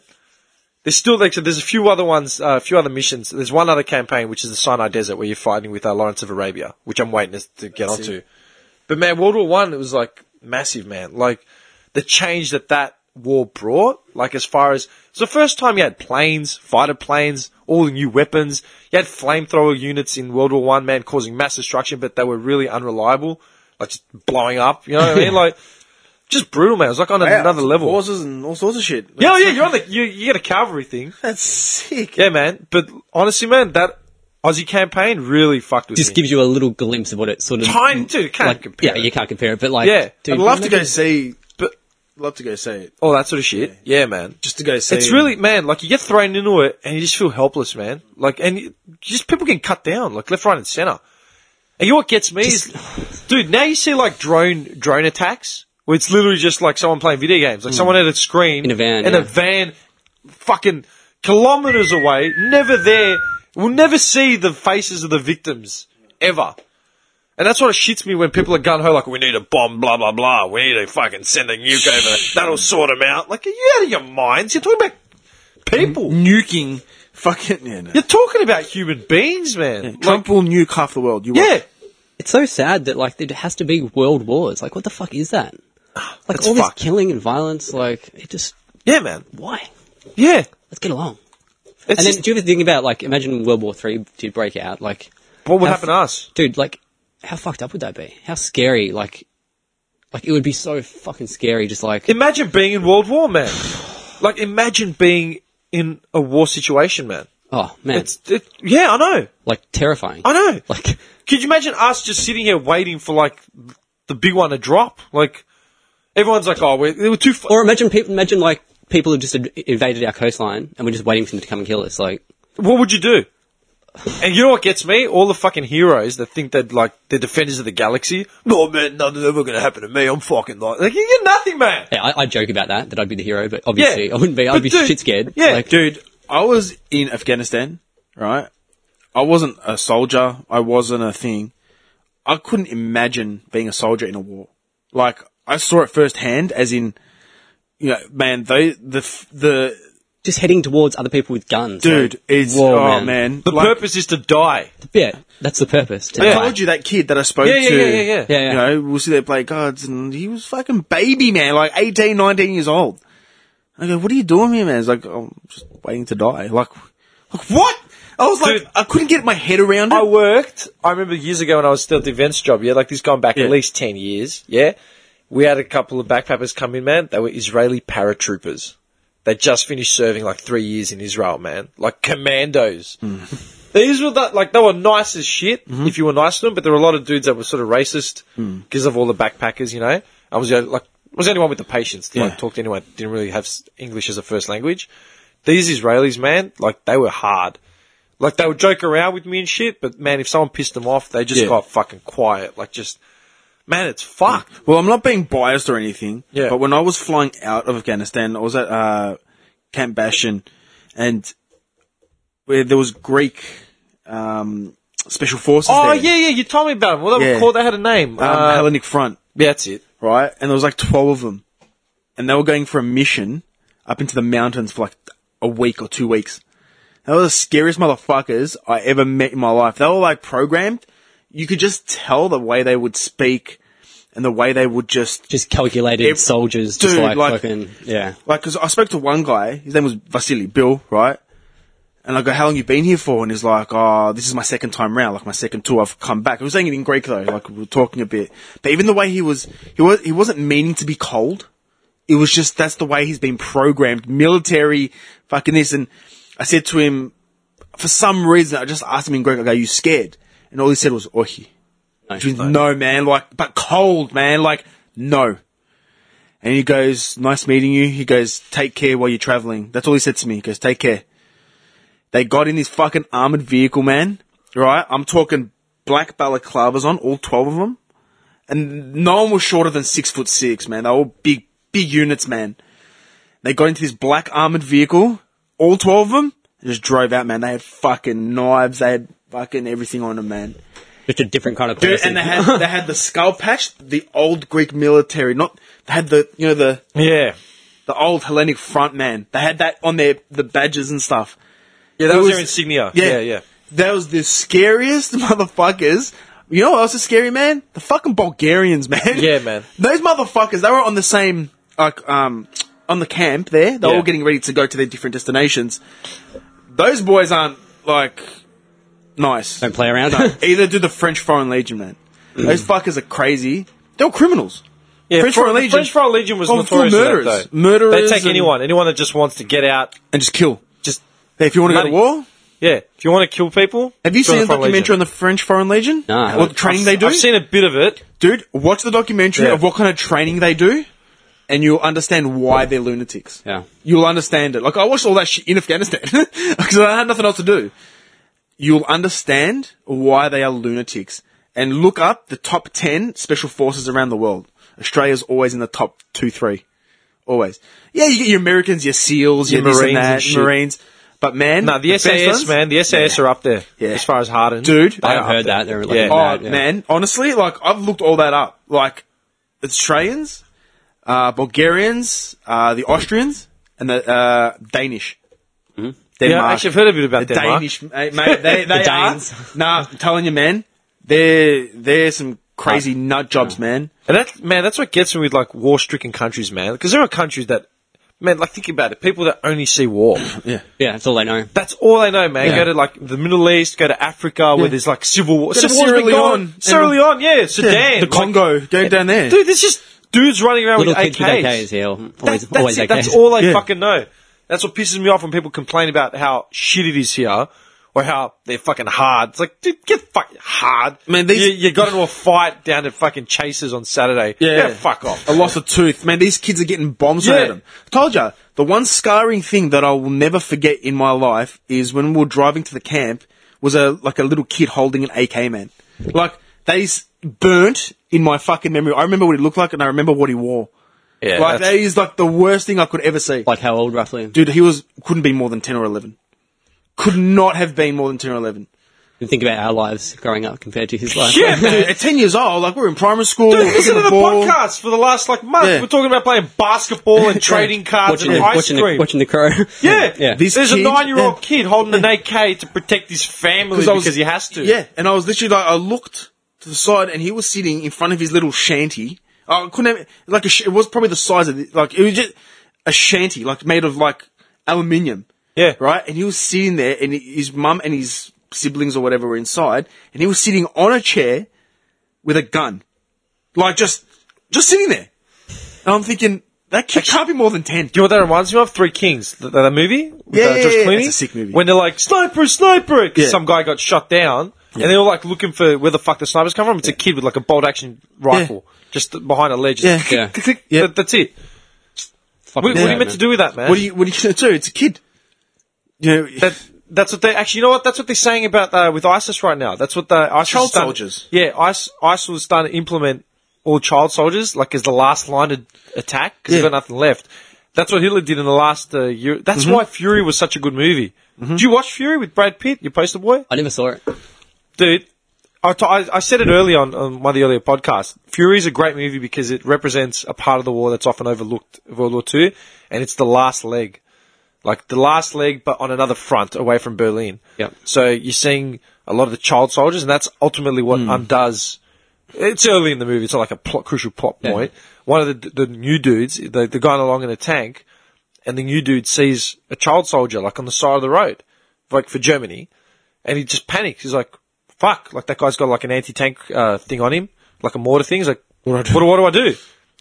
Speaker 1: There's still like so there's a few other ones, uh, a few other missions. There's one other campaign which is the Sinai Desert where you're fighting with uh, Lawrence of Arabia, which I'm waiting to- to get onto. But man, World War One it was like massive, man. Like the change that that war brought, like as far as it's the first time you had planes, fighter planes, all the new weapons. You had flamethrower units in World War One, man, causing mass destruction, but they were really unreliable, like just blowing up. You know what I mean? Like just brutal, man. It was like on another level.
Speaker 2: Horses and all sorts of shit.
Speaker 1: Yeah, yeah, you're on the you, you get a cavalry thing.
Speaker 2: That's sick.
Speaker 1: Yeah, man. But honestly, man, that Aussie campaign really fucked with
Speaker 3: Just
Speaker 1: me.
Speaker 3: gives you a little glimpse of what it sort of
Speaker 1: Tiny too, can't
Speaker 3: like,
Speaker 1: compare.
Speaker 3: Yeah,
Speaker 1: it.
Speaker 3: you can't compare it, but like
Speaker 1: Yeah,
Speaker 3: dude,
Speaker 2: I'd love to go see, but love to go see it.
Speaker 1: all that sort of shit. Yeah, man.
Speaker 2: Just to go see.
Speaker 1: It's really man, like you get thrown into it and you just feel helpless, man. Like and you, just people getting cut down, like left, right, and center. And you know what gets me is, dude, now you see like drone drone attacks where it's literally just like someone playing video games, like someone at a screen
Speaker 3: Hmm. In a van,
Speaker 1: in
Speaker 3: yeah.
Speaker 1: a van, fucking kilometers away, never there. We'll never see the faces of the victims ever. And that's what shits me when people are gun ho like, we need a bomb, blah, blah, blah. We need to fucking send a nuke over. there. That'll sort them out. Like, are you out of your minds? You're talking about people.
Speaker 2: nuking fucking. Yeah, no.
Speaker 1: You're talking about human beings, man. Like,
Speaker 2: Trump will nuke half the world. You watch.
Speaker 1: yeah.
Speaker 3: It's so sad that like there has to be world wars. Like what the fuck is that? Like
Speaker 1: Ah, That's
Speaker 3: all this
Speaker 1: fucked.
Speaker 3: killing and violence, like it just
Speaker 1: Yeah, man.
Speaker 3: why?
Speaker 1: Yeah.
Speaker 3: Let's get along.
Speaker 1: It's
Speaker 3: and then
Speaker 1: just-
Speaker 3: do you ever think about like imagine World War Three did break out? Like
Speaker 1: what would
Speaker 3: how
Speaker 1: happen to us?
Speaker 3: dude, like how fucked up would that be? How scary? Like, like it would be so fucking scary. Just like
Speaker 1: Imagine being in World War, man. Like, imagine being in a war situation, man.
Speaker 3: oh man,
Speaker 1: It's, it, yeah, I know.
Speaker 3: like terrifying.
Speaker 1: I know.
Speaker 3: Like
Speaker 1: Could you imagine us just sitting here waiting for like the big one to drop? Like, everyone's like, oh, we're, they were too, fu-
Speaker 3: or imagine people imagine like people who just in- invaded our coastline and we're just waiting for them to come and kill us. Like
Speaker 1: what would you do? And you know what gets me? All the fucking heroes that think that like they're defenders of the galaxy. No man, nothing's ever gonna happen to me. I'm fucking like, like you get nothing, man.
Speaker 3: yeah, I, I joke about that that I'd be the hero, but
Speaker 1: Yeah,
Speaker 3: obviously I wouldn't be. I'd
Speaker 1: But
Speaker 3: be
Speaker 1: dude-
Speaker 3: shit scared.
Speaker 1: Yeah,
Speaker 3: like,
Speaker 2: dude. I was in Afghanistan, right? I wasn't a soldier. I wasn't a thing. I couldn't imagine being a soldier in a war. Like I saw it firsthand, as in, you know, man, they the f- the
Speaker 3: Just heading towards other people with guns.
Speaker 2: dude is
Speaker 3: whoa,
Speaker 2: oh man.
Speaker 3: man.
Speaker 1: The
Speaker 2: Like,
Speaker 1: purpose is to die.
Speaker 3: Like, yeah, that's the purpose. to
Speaker 2: I
Speaker 3: die.
Speaker 2: told you that kid that I spoke
Speaker 1: Yeah, yeah,
Speaker 2: to.
Speaker 1: yeah, yeah, yeah.
Speaker 3: Yeah, yeah.
Speaker 2: You know, we'll see they play cards and he was fucking baby, man, like 18, 19 years old. I go, what are you doing here, man? He's like, I'm just waiting to die. Like, like what? I was like,
Speaker 1: Dude.
Speaker 2: I couldn't get my head around it.
Speaker 1: I worked. I remember years ago when I was still at the events job. Yeah, like this gone back
Speaker 2: Yeah.
Speaker 1: at least ten years. Yeah, we had a couple of backpackers come in. Man, they were Israeli paratroopers. They just finished serving like three years in Israel. Man, like commandos. These were that like they were nice as shit
Speaker 2: Mm-hmm.
Speaker 1: if you were nice to them, but there were a lot of dudes that were sort of racist
Speaker 2: Hmm.
Speaker 1: because of all the backpackers. You know, I was the only- like I was the only one with the patience to
Speaker 2: Yeah.
Speaker 1: like talk to anyone. that Didn't really have s- English as a first language. These Israelis, man, like they were hard. Like they would joke around with me and shit, but man, if someone pissed them off, they just
Speaker 2: Yeah.
Speaker 1: got fucking quiet. Like just, man, it's fucked.
Speaker 2: Well, I'm not being biased or anything.
Speaker 1: Yeah.
Speaker 2: But when I was flying out of Afghanistan, I was at uh, Camp Bastion, and where there was Greek um, special forces.
Speaker 1: Oh
Speaker 2: there,
Speaker 1: yeah, yeah, you told me about them. Well, they
Speaker 2: Yeah.
Speaker 1: were called. They had a name.
Speaker 2: um,
Speaker 1: Uh,
Speaker 2: Hellenic Front,
Speaker 1: yeah, that's it.
Speaker 2: right? And there was like twelve of them, and they were going for a mission up into the mountains for like a week or two weeks. They were the scariest motherfuckers I ever met in my life. They were like programmed. You could just tell the way they would speak, and the way they would just
Speaker 3: Just calculated
Speaker 2: It-
Speaker 3: soldiers, just
Speaker 2: dude,
Speaker 3: like,
Speaker 2: like-
Speaker 3: fucking yeah.
Speaker 2: Like, because I spoke to one guy, his name was Vasily, Bill, right? And I go, how long you been here for? And he's like, oh, this is my second time round, like my second tour. I've come back. I was saying it in Greek though, like we were talking a bit. But even the way he was, he was, he wasn't meaning to be cold. It was just that's the way he's been programmed, military, fucking this. And I said to him, for some reason, I just asked him in Greek, I go, you scared? And all he said was, ohi.
Speaker 3: No,
Speaker 2: Which means, no, man, like, but cold, man, like, no. And he goes, nice meeting you. He goes, take care while you're traveling. That's all he said to me. He goes, take care. They got in this fucking armored vehicle, man. Right? I'm talking black balaclavas on, all 12 of them. And no one was shorter than six foot six, man. They were all big, big units, man. They got into this black armored vehicle, all 12 of them, and just drove out, man. They had fucking knives. They had fucking everything on them, man.
Speaker 3: just a different kind of
Speaker 2: Dude, and
Speaker 3: person.
Speaker 2: they had they had the skull patch, the old Greek military, not they had the you know the
Speaker 1: Yeah,
Speaker 2: the old Hellenic front man. They had that on their the badges and stuff.
Speaker 1: yeah, that
Speaker 2: It
Speaker 1: was,
Speaker 2: was-
Speaker 1: their insignia. Yeah, yeah.
Speaker 2: That was the scariest motherfuckers. You know what else is scary, man? The fucking Bulgarians, man.
Speaker 1: Yeah, man.
Speaker 2: Those motherfuckers, they were on the same like um on the camp there. They were
Speaker 1: Yeah.
Speaker 2: all getting ready to go to their different destinations. Those boys aren't like nice.
Speaker 3: Don't play around.
Speaker 2: Either do the French Foreign Legion, man. Those fuckers are crazy. They were criminals.
Speaker 1: Yeah,
Speaker 2: French
Speaker 1: Fro-
Speaker 2: Foreign
Speaker 1: the
Speaker 2: Legion-
Speaker 1: French Foreign Legion was
Speaker 2: Oh, full
Speaker 1: notorious for that,
Speaker 2: murderers.
Speaker 1: though.
Speaker 2: Murderers
Speaker 1: They take
Speaker 2: and-
Speaker 1: anyone, anyone that just wants to get out.
Speaker 2: And just kill.
Speaker 1: Just
Speaker 2: Hey, if you want to go to
Speaker 1: Bloody-
Speaker 2: war,
Speaker 1: yeah, if you want to kill people,
Speaker 2: have you
Speaker 1: join
Speaker 2: seen
Speaker 1: the
Speaker 2: a
Speaker 1: Foreign
Speaker 2: documentary
Speaker 1: Legion.
Speaker 2: on the French Foreign Legion?
Speaker 3: No, I
Speaker 2: What
Speaker 3: haven't.
Speaker 2: training they do?
Speaker 1: I've seen a bit of it.
Speaker 2: Dude, watch the documentary
Speaker 1: Yeah.
Speaker 2: of what kind of training they do, and you'll understand why they're lunatics.
Speaker 3: Yeah.
Speaker 2: You'll understand it. Like, I watched all that shit in Afghanistan because I had nothing else to do. You'll understand why they are lunatics. And look up the top 10 special forces around the world. Australia's always in the top two, three. Always. Yeah, you get your Americans, your SEALs, your,
Speaker 1: Your
Speaker 2: Marines,
Speaker 1: Marines and
Speaker 2: that,
Speaker 1: shit.
Speaker 2: Marines. But man,
Speaker 1: No, the,
Speaker 2: best
Speaker 1: SAS
Speaker 2: ones-
Speaker 1: man, the SAS are up there
Speaker 2: Yeah.
Speaker 1: as far as hardened.
Speaker 2: dude,
Speaker 1: They
Speaker 2: I
Speaker 1: are
Speaker 3: I've
Speaker 1: up
Speaker 3: heard
Speaker 1: there.
Speaker 3: that. They're like,
Speaker 1: Yeah.
Speaker 2: Oh
Speaker 3: mad, yeah.
Speaker 2: man, honestly, like I've looked all that up. Like Australians, uh, Bulgarians, uh, the Austrians, and the uh, Danish.
Speaker 1: Mm-hmm. Yeah, actually, I've heard a bit about
Speaker 2: the
Speaker 1: Denmark.
Speaker 2: Danish, mate. mate, They, they
Speaker 3: The
Speaker 2: are.
Speaker 3: Danes.
Speaker 2: Nah, I'm telling you, man, they're they're some crazy
Speaker 1: Ah.
Speaker 2: nut jobs, man.
Speaker 1: And that man, that's what gets me with like war-stricken countries, man. Because there are countries that, man, like think about it. People that only see war,
Speaker 3: yeah, that's all they know.
Speaker 1: that's all they know, man.
Speaker 3: Yeah.
Speaker 1: Go to like the Middle East, go to Africa where there's like civil war.
Speaker 2: Go to
Speaker 1: Civil war's
Speaker 2: Sierra
Speaker 1: been gone.
Speaker 2: Leone.
Speaker 1: Sierra Leone, yeah, Sudan,
Speaker 2: the
Speaker 1: like,
Speaker 2: Congo, go down there.
Speaker 1: dude, there's just dudes running around
Speaker 3: Little
Speaker 1: with AKs.
Speaker 3: kids with AKs, yeah. Always,
Speaker 1: That's, that's
Speaker 3: always
Speaker 1: it.
Speaker 3: AKs.
Speaker 1: That's all I
Speaker 2: Yeah.
Speaker 1: fucking know. That's what pisses me off when people complain about how shit it is here or how they're fucking hard. It's like, dude, get fucking hard.
Speaker 2: Man, these-
Speaker 1: you, you got into a fight down at fucking Chasers on Saturday.
Speaker 2: Yeah.
Speaker 1: fuck off.
Speaker 2: I lost a tooth. Man, these kids are getting bombs thrown
Speaker 1: Yeah.
Speaker 2: at them. I told you, the one scarring thing that I will never forget in my life is when we were driving to the camp was a like a little kid holding an AK, man. Like they s- burnt in my fucking memory. I remember what he looked like and I remember what he wore.
Speaker 1: Yeah,
Speaker 2: like
Speaker 1: that's-
Speaker 2: that is like the worst thing I could ever see.
Speaker 3: Like how old roughly?
Speaker 2: Dude, he was couldn't be more than ten or eleven. Could not have been more than ten or eleven.
Speaker 3: and think about our lives growing up compared to his life.
Speaker 1: Yeah,
Speaker 2: Dude, at 10 years old, like, we were in primary school.
Speaker 1: Dude,
Speaker 2: kicking
Speaker 1: listen to the
Speaker 2: ball.
Speaker 1: podcast for the last like month.
Speaker 2: Yeah.
Speaker 1: We're talking about playing basketball and trading cards
Speaker 3: watching,
Speaker 1: and
Speaker 3: the,
Speaker 1: ice
Speaker 3: watching,
Speaker 1: cream.
Speaker 3: the, watching the crow.
Speaker 1: yeah,
Speaker 3: yeah.
Speaker 2: These
Speaker 1: there's a
Speaker 2: kids-
Speaker 1: nine-year-old
Speaker 2: yeah.
Speaker 1: kid holding an AK to protect his family
Speaker 2: I was-
Speaker 1: because he has to.
Speaker 2: Yeah, and I was literally like, I looked to the side, and he was sitting in front of his little shanty. I couldn't have, like a sh- it was probably the size of the, like it was just a shanty, like made of like aluminium,
Speaker 1: yeah,
Speaker 2: right? And he was sitting there, and he- his mum and his siblings or whatever were inside, and he was sitting on a chair with a gun, like just just sitting there. And I'm thinking that kid can't be more than ten.
Speaker 1: Do you know what that reminds me of? Three Kings, the, the, the movie with
Speaker 2: Yeah,
Speaker 1: uh,
Speaker 2: yeah,
Speaker 1: George
Speaker 2: yeah,
Speaker 1: Clooney.
Speaker 2: that's a sick movie.
Speaker 1: When they're like sniper, sniper, 'cause
Speaker 2: Yeah.
Speaker 1: some guy got shot down, and they were like looking for where the fuck the snipers come from. It's a kid with like a bolt action rifle just behind a ledge.
Speaker 2: Yeah.
Speaker 3: Yeah.
Speaker 2: Yeah.
Speaker 1: That- that's it. What, what are you
Speaker 3: sad,
Speaker 1: meant
Speaker 3: man.
Speaker 1: to do with that, man?
Speaker 2: What are you what are you gonna do? It's a kid. You know,
Speaker 1: That, that's what they actually. You know what? That's what they're saying about uh, with ISIS right now. That's what the ISIS
Speaker 2: Child
Speaker 1: is starting-
Speaker 2: soldiers.
Speaker 1: Yeah, ISIS, ISIS was starting to implement all child soldiers like as the last line of attack because
Speaker 2: Yeah. Mm-hmm.
Speaker 1: they've got nothing left. That's what Hitler did in the last uh, year. That's why Fury was such a good movie. Did you watch Fury with Brad Pitt, your poster boy,
Speaker 3: I never saw it.
Speaker 1: dude? I t- I I said it earlier on, on one of the earlier podcasts. Fury is a great movie because it represents a part of the war that's often overlooked, World War Two, and it's the last leg, like the last leg, but on another front, away from Berlin.
Speaker 3: Yep.
Speaker 1: So you're seeing a lot of the child soldiers, and that's ultimately what
Speaker 3: Hmm.
Speaker 1: undoes. It's early in the movie. It's not like a plot, crucial plot
Speaker 3: Yeah.
Speaker 1: point. One of the the new dudes, the the guy along in a tank, and the new dude sees a child soldier like on the side of the road, like for Germany, and he just panics. He's like, "Fuck!" Like that guy's got like an anti tank uh, thing on him, like a mortar thing. He's like, "What do I do?" What, do I do?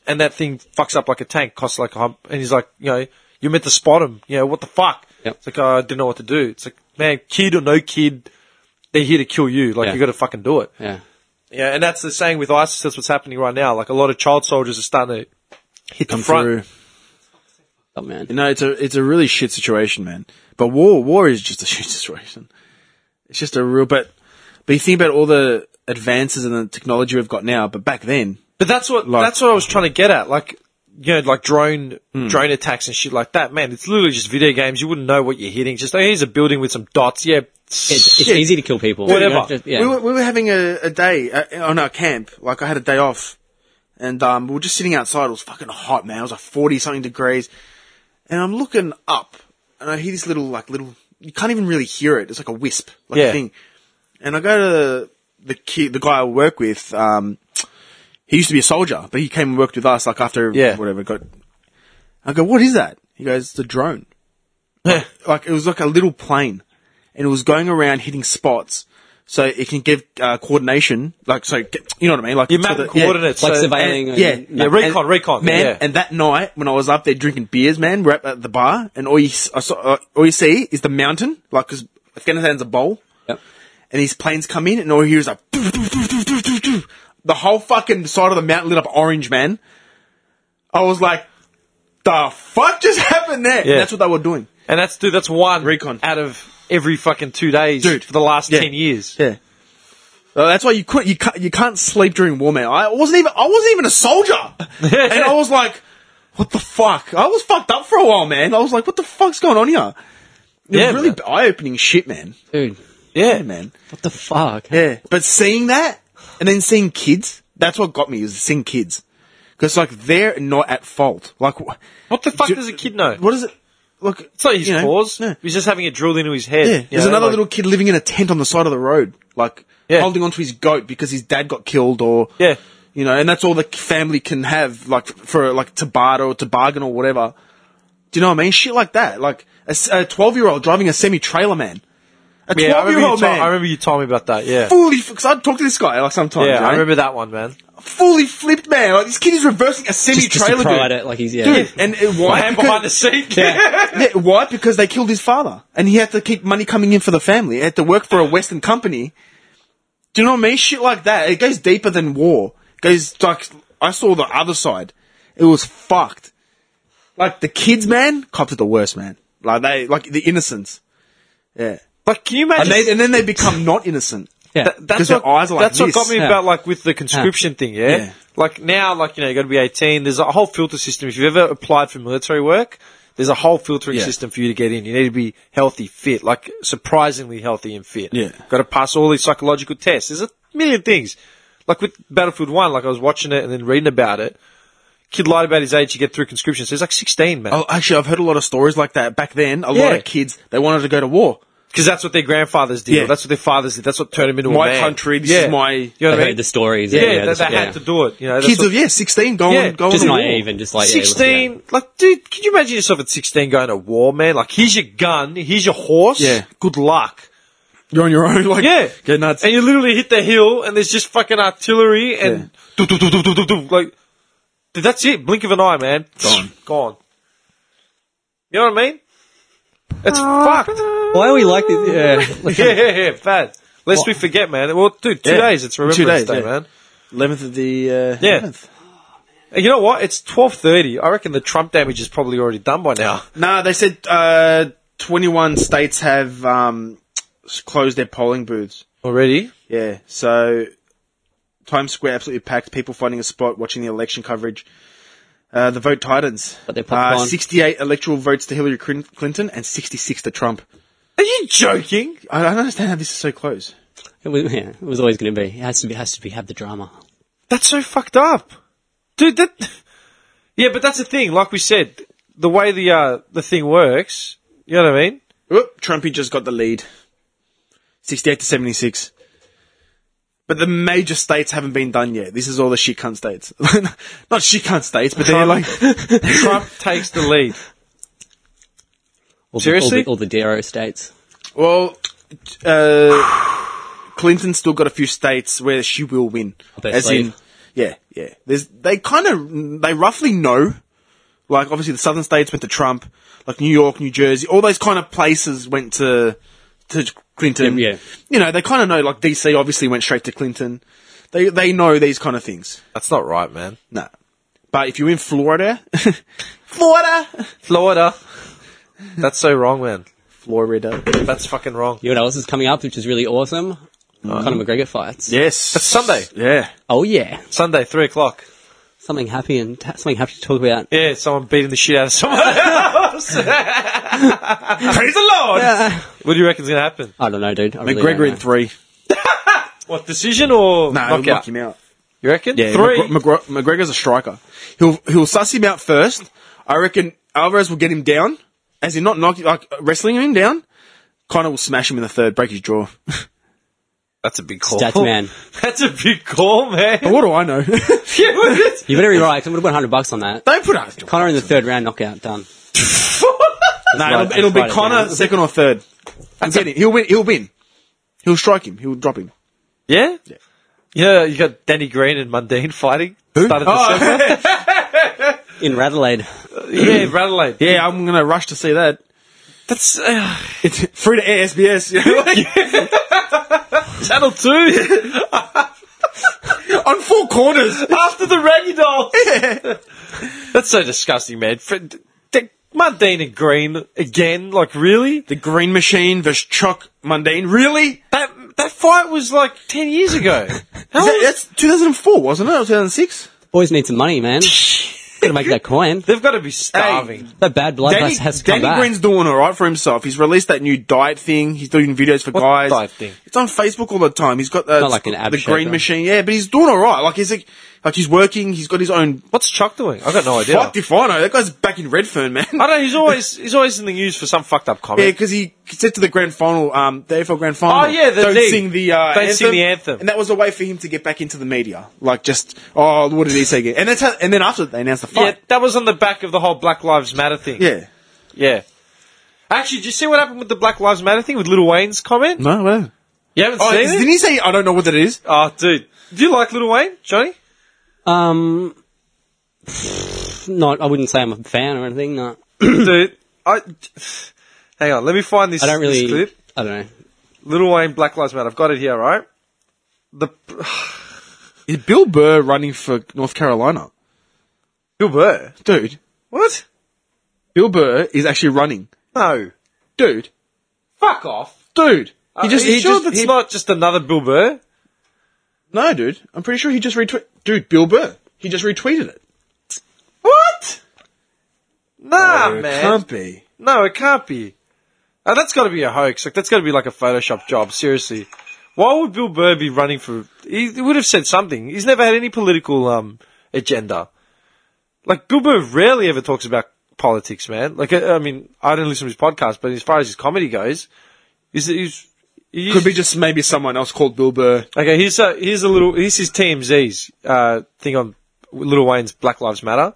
Speaker 1: And that thing fucks up like a tank, costs like a hump, and he's like, "You know, you meant to spot him. You know what the fuck?"
Speaker 3: Yep.
Speaker 1: It's like oh, I didn't know what to do. It's like, man, kid or no kid, they're here to kill you. Like
Speaker 3: Yeah.
Speaker 1: you got to fucking do it.
Speaker 3: Yeah.
Speaker 1: Yeah, and that's the saying with ISIS. That's what's happening right now. Like a lot of child soldiers are starting to hit the front.
Speaker 3: Oh man.
Speaker 2: No, it's a it's a really shit situation, man. But war war is just a shit situation. It's just a real but but you think about all the advances in the technology we've got now, but back then
Speaker 1: But that's what
Speaker 2: Like-
Speaker 1: that's what I was trying to get at. Like you know, like drone
Speaker 2: Hmm.
Speaker 1: drone attacks and shit like that. Man, it's literally just video games. You wouldn't know what you're hitting. Just oh, here's a building with some dots. Yeah,
Speaker 3: It's, it's
Speaker 1: shit.
Speaker 3: easy to kill people.
Speaker 1: Whatever.
Speaker 3: You don't have to- yeah.
Speaker 2: we were we were having a, a day uh, on our camp. Like I had a day off, and um, we were just sitting outside. It was fucking hot, man. It was like forty something degrees, and I'm looking up, and I hear this little like little. You can't even really hear it. It's like a wisp, like
Speaker 1: Yeah.
Speaker 2: a thing. And I go to the kid, the guy I work with. Um, he used to be a soldier, but he came and worked with us. Like after
Speaker 1: Yeah.
Speaker 2: whatever got. I go, what is that? He goes, it's a drone. like it was like a little plane, and it was going around hitting spots, so it can give uh, coordination. Like so, get- you know what I mean? Like
Speaker 1: your
Speaker 2: to
Speaker 1: map
Speaker 2: the- yeah.
Speaker 1: coordinates.
Speaker 3: like
Speaker 1: so-
Speaker 3: surveilling.
Speaker 2: and- yeah,
Speaker 3: and-
Speaker 1: yeah, recon, recon,
Speaker 2: Man,
Speaker 1: yeah.
Speaker 2: and that night when I was up there drinking beers, man, we're at, at the bar, and all you s- I saw, uh, all you see is the mountain, like because Afghanistan's a bowl,
Speaker 3: Yep.
Speaker 2: and these planes come in, and all you hear is like the whole fucking side of the mountain lit up orange, man. I was like, the fuck just happened there? And
Speaker 1: Yeah.
Speaker 2: that's what they were doing.
Speaker 1: and that's dude. That's one
Speaker 2: Recon.
Speaker 1: out of every fucking two days
Speaker 2: Dude.
Speaker 1: for the last
Speaker 2: Yeah.
Speaker 1: ten years.
Speaker 2: Yeah. Uh, that's why you could you can't you can't sleep during war, man. I wasn't even I wasn't even a soldier, and I was like, what the fuck? I was fucked up for a while, man. I was like, what the fuck's going on here? It
Speaker 1: Yeah,
Speaker 2: was really
Speaker 1: man.
Speaker 2: eye opening shit, man.
Speaker 3: Dude,
Speaker 1: Yeah,
Speaker 2: Yeah, man.
Speaker 3: what the fuck?
Speaker 2: Yeah, but seeing that and then seeing kids, that's what got me is seeing kids because like they're not at fault. Like wh-
Speaker 1: What the fuck
Speaker 2: Do-
Speaker 1: does a kid know?
Speaker 2: what is it? Look,
Speaker 1: It's not his
Speaker 2: you know,
Speaker 1: cause.
Speaker 2: no.
Speaker 1: He's just having it drilled into his head.
Speaker 2: Yeah,
Speaker 1: you
Speaker 2: there's
Speaker 1: know,
Speaker 2: another
Speaker 1: like-
Speaker 2: little kid living in a tent on the side of the road, like
Speaker 1: Yeah.
Speaker 2: holding onto his goat because his dad got killed, or
Speaker 1: Yeah.
Speaker 2: you know, and that's all the family can have, like for like to barter or to bargain or whatever. Do you know what I mean? Shit like that, like a twelve-year-old driving a semi-trailer, man, a
Speaker 1: Yeah, I remember, you
Speaker 2: twelve-year-old
Speaker 1: to- I
Speaker 2: man.
Speaker 1: remember you told me about that. Yeah,
Speaker 2: Fully, because I'd talk to this guy like sometimes.
Speaker 1: yeah,
Speaker 2: you know?
Speaker 1: I remember that one, man.
Speaker 2: Fully flipped, man. Like this kid is reversing a
Speaker 3: Just, just
Speaker 2: semi-trailer,
Speaker 3: to pry
Speaker 2: dude.
Speaker 3: at it, like he's yeah.
Speaker 2: Dude, and uh, why?
Speaker 1: I am
Speaker 2: Because-
Speaker 1: behind the scene.
Speaker 2: yeah, why? Because they killed his father, and he had to keep money coming in for the family. He had to work for a Western company. Do you know what I mean? Shit like that. It goes deeper than war. It goes like I saw the other side. It was fucked. Like the kids, man, cops are the worst, man. Like they, like the innocents. Yeah,
Speaker 1: Like, can you
Speaker 2: and,
Speaker 1: imagine?
Speaker 2: they, and then they become not innocent.
Speaker 3: Yeah.
Speaker 1: Th- that's
Speaker 2: 'Cause their
Speaker 1: what,
Speaker 2: eyes are like
Speaker 1: that's what
Speaker 2: this.
Speaker 1: got me
Speaker 3: Yeah.
Speaker 1: about like with the conscription thing, yeah?
Speaker 2: Yeah.
Speaker 1: Like now, like you know, you got to be eighteen. There's a whole filter system. If you've ever applied for military work, There's a whole filtering
Speaker 2: Yeah.
Speaker 1: system for you to get in. You need to be healthy, fit, like surprisingly healthy and fit.
Speaker 2: Yeah.
Speaker 1: Got to pass all these psychological tests. There's a million things. Like with Battlefield 1, like I was watching it and then reading about it. Kid lied about his age to get through conscription. So he's like 16, man.
Speaker 2: Oh, actually, I've heard a lot of stories like that back then. A lot
Speaker 1: Yeah.
Speaker 2: of kids they wanted to go to war.
Speaker 1: Because that's what their grandfathers did.
Speaker 2: Yeah.
Speaker 1: Or that's what their fathers did. That's what turned them into
Speaker 2: My
Speaker 1: a man.
Speaker 2: country, this is my-
Speaker 1: You know what
Speaker 3: I
Speaker 1: I mean?
Speaker 3: heard the stories.
Speaker 1: yeah,
Speaker 3: yeah,
Speaker 1: that,
Speaker 3: this-
Speaker 1: they
Speaker 3: yeah.
Speaker 1: had to do it. You know, that's
Speaker 2: Kids
Speaker 1: what-
Speaker 2: of yeah, sixteen going
Speaker 1: Yeah,
Speaker 2: going
Speaker 3: Just
Speaker 2: to war.
Speaker 3: naive and just like yeah,
Speaker 1: sixteen, like, dude, could you imagine yourself at sixteen going to war, man? Like, here's your gun, here's your horse.
Speaker 2: Yeah.
Speaker 1: Good luck.
Speaker 2: You're on your own. Like
Speaker 1: Yeah.
Speaker 2: get nuts.
Speaker 1: And you literally hit the hill, and there's just fucking artillery, and do, do, do, do, do, do, do, like, dude, that's it. Blink of an eye, man.
Speaker 2: Gone.
Speaker 1: Gone. You know what I mean? It's fucked.
Speaker 3: Why are we like this? Yeah.
Speaker 1: Yeah, yeah, yeah, bad. Lest we forget, man. Well, dude, two
Speaker 2: Yeah.
Speaker 1: days. It's
Speaker 2: Two
Speaker 1: Remembrance
Speaker 2: days,
Speaker 1: Day,
Speaker 2: yeah.
Speaker 1: man.
Speaker 2: Eleventh of the uh,
Speaker 1: Yeah.
Speaker 2: 11th.
Speaker 1: And you know what? It's twelve thirty. I reckon the Trump damage is probably already done by now.
Speaker 2: Nah, they said uh, twenty-one states have um, s- closed their polling booths.
Speaker 1: Already?
Speaker 2: Yeah, so Times Square absolutely packed. People finding a spot, watching the election coverage. Uh, the vote Titans.
Speaker 3: But they popped
Speaker 2: uh,
Speaker 3: on.
Speaker 2: 68 electoral votes to Hillary Clin- Clinton and 66 to Trump.
Speaker 1: Are you joking?
Speaker 2: I don't understand how this is so close.
Speaker 3: It was, yeah, it was always going to be. It has to be. Has to be. Have the drama.
Speaker 1: That's so fucked up, dude. That yeah, but that's the thing. Like we said, the way the uh, the thing works, you know what I mean?
Speaker 2: Whoop, Trumpy just got the lead. 68 to 76. But the major states haven't been done yet. This is all the shit cunt states. Not shit cunt states, but they're like,
Speaker 1: Trump takes the lead.
Speaker 3: All
Speaker 1: Seriously?
Speaker 3: the, all the, all the Darrow states.
Speaker 2: well, uh, Clinton's still got a few states where she will win.
Speaker 3: bet
Speaker 2: As
Speaker 3: slave.
Speaker 2: in, yeah, yeah. There's, they kind of, they roughly know. Like, obviously the southern states went to Trump. Like New York, New Jersey, all those kind of places went to, to Clinton.
Speaker 3: Yeah, yeah.
Speaker 2: You know, they kind of know, like DC obviously went straight to Clinton. They, they know these kind of things.
Speaker 1: That's not right, man.
Speaker 2: No. But if you're in Florida, Florida,
Speaker 1: Florida. That's so wrong, man.
Speaker 2: Florida.
Speaker 1: That's fucking wrong.
Speaker 3: You know what else is coming up, which is really awesome?
Speaker 1: Uh-huh.
Speaker 3: Conor McGregor fights.
Speaker 2: Yes.
Speaker 1: That's Sunday.
Speaker 2: Yeah.
Speaker 3: Oh yeah,
Speaker 1: Sunday, three o'clock.
Speaker 3: something happy and something happy to talk about.
Speaker 1: Yeah, someone beating the shit out of someone else. Praise the Lord. What do you reckon's gonna happen?
Speaker 3: I don't know, dude. I really don't
Speaker 2: McGregor in
Speaker 3: know.
Speaker 2: three.
Speaker 1: What decision or
Speaker 2: No,
Speaker 1: knockout?
Speaker 2: knock, knock him out.
Speaker 1: You reckon?
Speaker 2: Yeah,
Speaker 1: three.
Speaker 2: McGre- McGre- McGregor's a striker. He'll he'll suss him out first. I reckon Alvarez will get him down, as in not knock like wrestling him down. Connor will smash him in the third, break his jaw.
Speaker 1: That's a big call.
Speaker 3: Stats man.
Speaker 1: That's a big call, man.
Speaker 2: what do I know?
Speaker 1: Yeah, what is-
Speaker 3: You better be right. 'cause I would have won hundred bucks on that.
Speaker 2: Don't put us.
Speaker 3: Conor in the third round knockout
Speaker 2: No,
Speaker 3: done. right,
Speaker 2: it'll, it'll
Speaker 3: that's
Speaker 2: be
Speaker 3: right,
Speaker 2: Connor
Speaker 3: yeah.
Speaker 2: second or third. He'll get him. He'll win. He'll win. He'll strike him. He'll drop him.
Speaker 1: Yeah? Yeah. you got Danny Green and Mundane fighting. Who? Started December.
Speaker 3: In Radelaide.
Speaker 1: yeah, Radelaide.
Speaker 2: Yeah, I'm gonna rush to see that.
Speaker 1: That's uh,
Speaker 2: It's free to air SBS. you know, like,
Speaker 1: Channel 2.
Speaker 2: on four corners.
Speaker 1: After the Raggy Dolls. That's so disgusting, man. For, d- d- Mundane and Green again, like really?
Speaker 2: The Green Machine versus Chuck Mundane. Really?
Speaker 1: That that fight was like 10 years ago. How
Speaker 2: Is that-
Speaker 1: old-
Speaker 2: that's 2004, wasn't it? Or 2006?
Speaker 3: Boys need some money, man. Gotta make that coin.
Speaker 1: They've got to be starving.
Speaker 3: That bad blood
Speaker 2: Danny,
Speaker 3: has- has to come
Speaker 2: Danny
Speaker 3: back.
Speaker 2: Green's doing all right for himself. He's released that new diet thing. He's doing videos for
Speaker 1: What
Speaker 2: guys.
Speaker 1: diet thing?
Speaker 2: It's on Facebook all the time. He's got uh,
Speaker 3: Not like an ab
Speaker 2: the
Speaker 3: shaker.
Speaker 2: Green Machine. Yeah, but he's doing all right. Like he's like, like he's working. He's got his own.
Speaker 1: What's Chuck doing? Oh, I got no idea.
Speaker 2: Fuck if I know. That guy's back in Redfern, man.
Speaker 1: I don't know, he's always he's always in the news for some fucked up
Speaker 2: Yeah,
Speaker 1: comment.
Speaker 2: because he said to the grand final, um, the AFL grand final.
Speaker 1: Oh, yeah, the
Speaker 2: don't
Speaker 1: thing.
Speaker 2: sing the uh,
Speaker 1: Don't
Speaker 2: anthem.
Speaker 1: sing the anthem.
Speaker 2: and that was a way for him to get back into the media. Like, just oh, what did he say again? And that's how, and then after they announced the
Speaker 1: Yeah,
Speaker 2: fight,
Speaker 1: that was on the back of the whole Black Lives Matter thing.
Speaker 2: yeah,
Speaker 1: Yeah. Actually, did you see what happened with the Black Lives Matter thing with Little Wayne's comment?
Speaker 2: no, whatever.
Speaker 1: You haven't
Speaker 2: Oh,
Speaker 1: seen
Speaker 2: didn't
Speaker 1: it?
Speaker 2: he say I don't know what that is?
Speaker 1: Oh, dude. Do you like Little Wayne, Johnny?
Speaker 3: Um, not. I wouldn't say I'm a fan or anything. No,
Speaker 1: dude, I. Hang on, let me find this,
Speaker 3: I don't
Speaker 1: this
Speaker 3: really.
Speaker 1: clip.
Speaker 3: I don't know.
Speaker 1: Little Wayne, Black Lives Matter. I've got it here, right? The
Speaker 2: Is Bill Burr running for North Carolina?
Speaker 1: Bill Burr.
Speaker 2: Dude,
Speaker 1: What?
Speaker 2: Bill Burr is actually running.
Speaker 1: No.
Speaker 2: Dude,
Speaker 1: Fuck off.
Speaker 2: dude.
Speaker 1: He just, Uh, Are you
Speaker 2: he
Speaker 1: sure
Speaker 2: just-
Speaker 1: that's
Speaker 2: he-
Speaker 1: not just another Bill Burr?
Speaker 2: No, dude. I'm pretty sure he just retweeted. Dude, Bill Burr. He just retweeted it.
Speaker 1: What? Nah,
Speaker 2: It
Speaker 1: man.
Speaker 2: can't be.
Speaker 1: No, it can't be. Uh, that's got to be a hoax. Like that's got to be like a Photoshop job. Seriously, why would Bill Burr be running for? He, he would have said something. He's never had any political um agenda. Like Bill Burr rarely ever talks about politics, man. Like I, I mean, I don't listen to his podcast, but as far as his comedy goes, he's, he's he
Speaker 2: Could be just maybe someone else called Bill Burr.
Speaker 1: Okay, here's a here's a little here's his TMZ's uh, thing on Little Wayne's Black Lives Matter.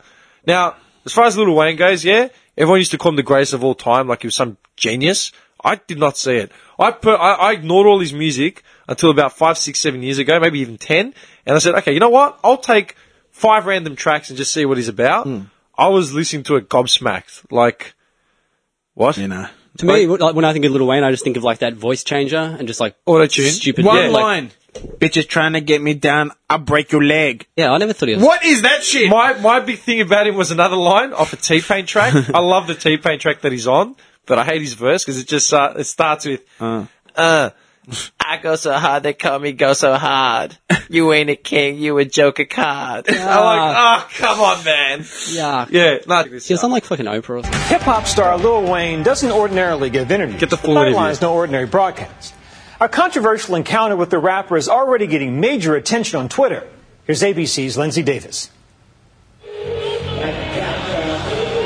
Speaker 1: Now, as far as Little Wayne goes, yeah, everyone used to call him the greatest of all time, like he was some genius. I did not see it. I per, I, I ignored all his music until about five, six, seven years ago, maybe even ten, and I said, okay, you know what? I'll take five random tracks and just see what he's about.
Speaker 2: Hmm.
Speaker 1: I was listening to it gobsmacked, like what?
Speaker 2: You know.
Speaker 3: To me, like, when I think of Little Wayne, I just think of like that voice changer and just like
Speaker 1: Auto-tune.
Speaker 3: stupid
Speaker 2: One
Speaker 3: yeah, like-
Speaker 2: line. Bitch is trying to get me down. I'll break your leg.
Speaker 3: yeah, I never thought he was.
Speaker 2: What is that shit?
Speaker 1: My my big thing about him was another line off a T Pain track. I love the T Pain track that he's on, but I hate his verse because it just uh, it starts with uh. I go so hard, they call me go so hard. You ain't a king, you a joker card. I'm like, oh come on, man.
Speaker 3: Yeah,
Speaker 1: Yeah, not
Speaker 3: he was on like fucking Oprah. Or something.
Speaker 4: Hip hop star Lil Wayne doesn't ordinarily give interviews.
Speaker 1: Get the full
Speaker 4: the
Speaker 1: interview.
Speaker 4: is no ordinary broadcast. Our controversial encounter with the rapper is already getting major attention on Twitter. Here's ABC's Lindsay Davis.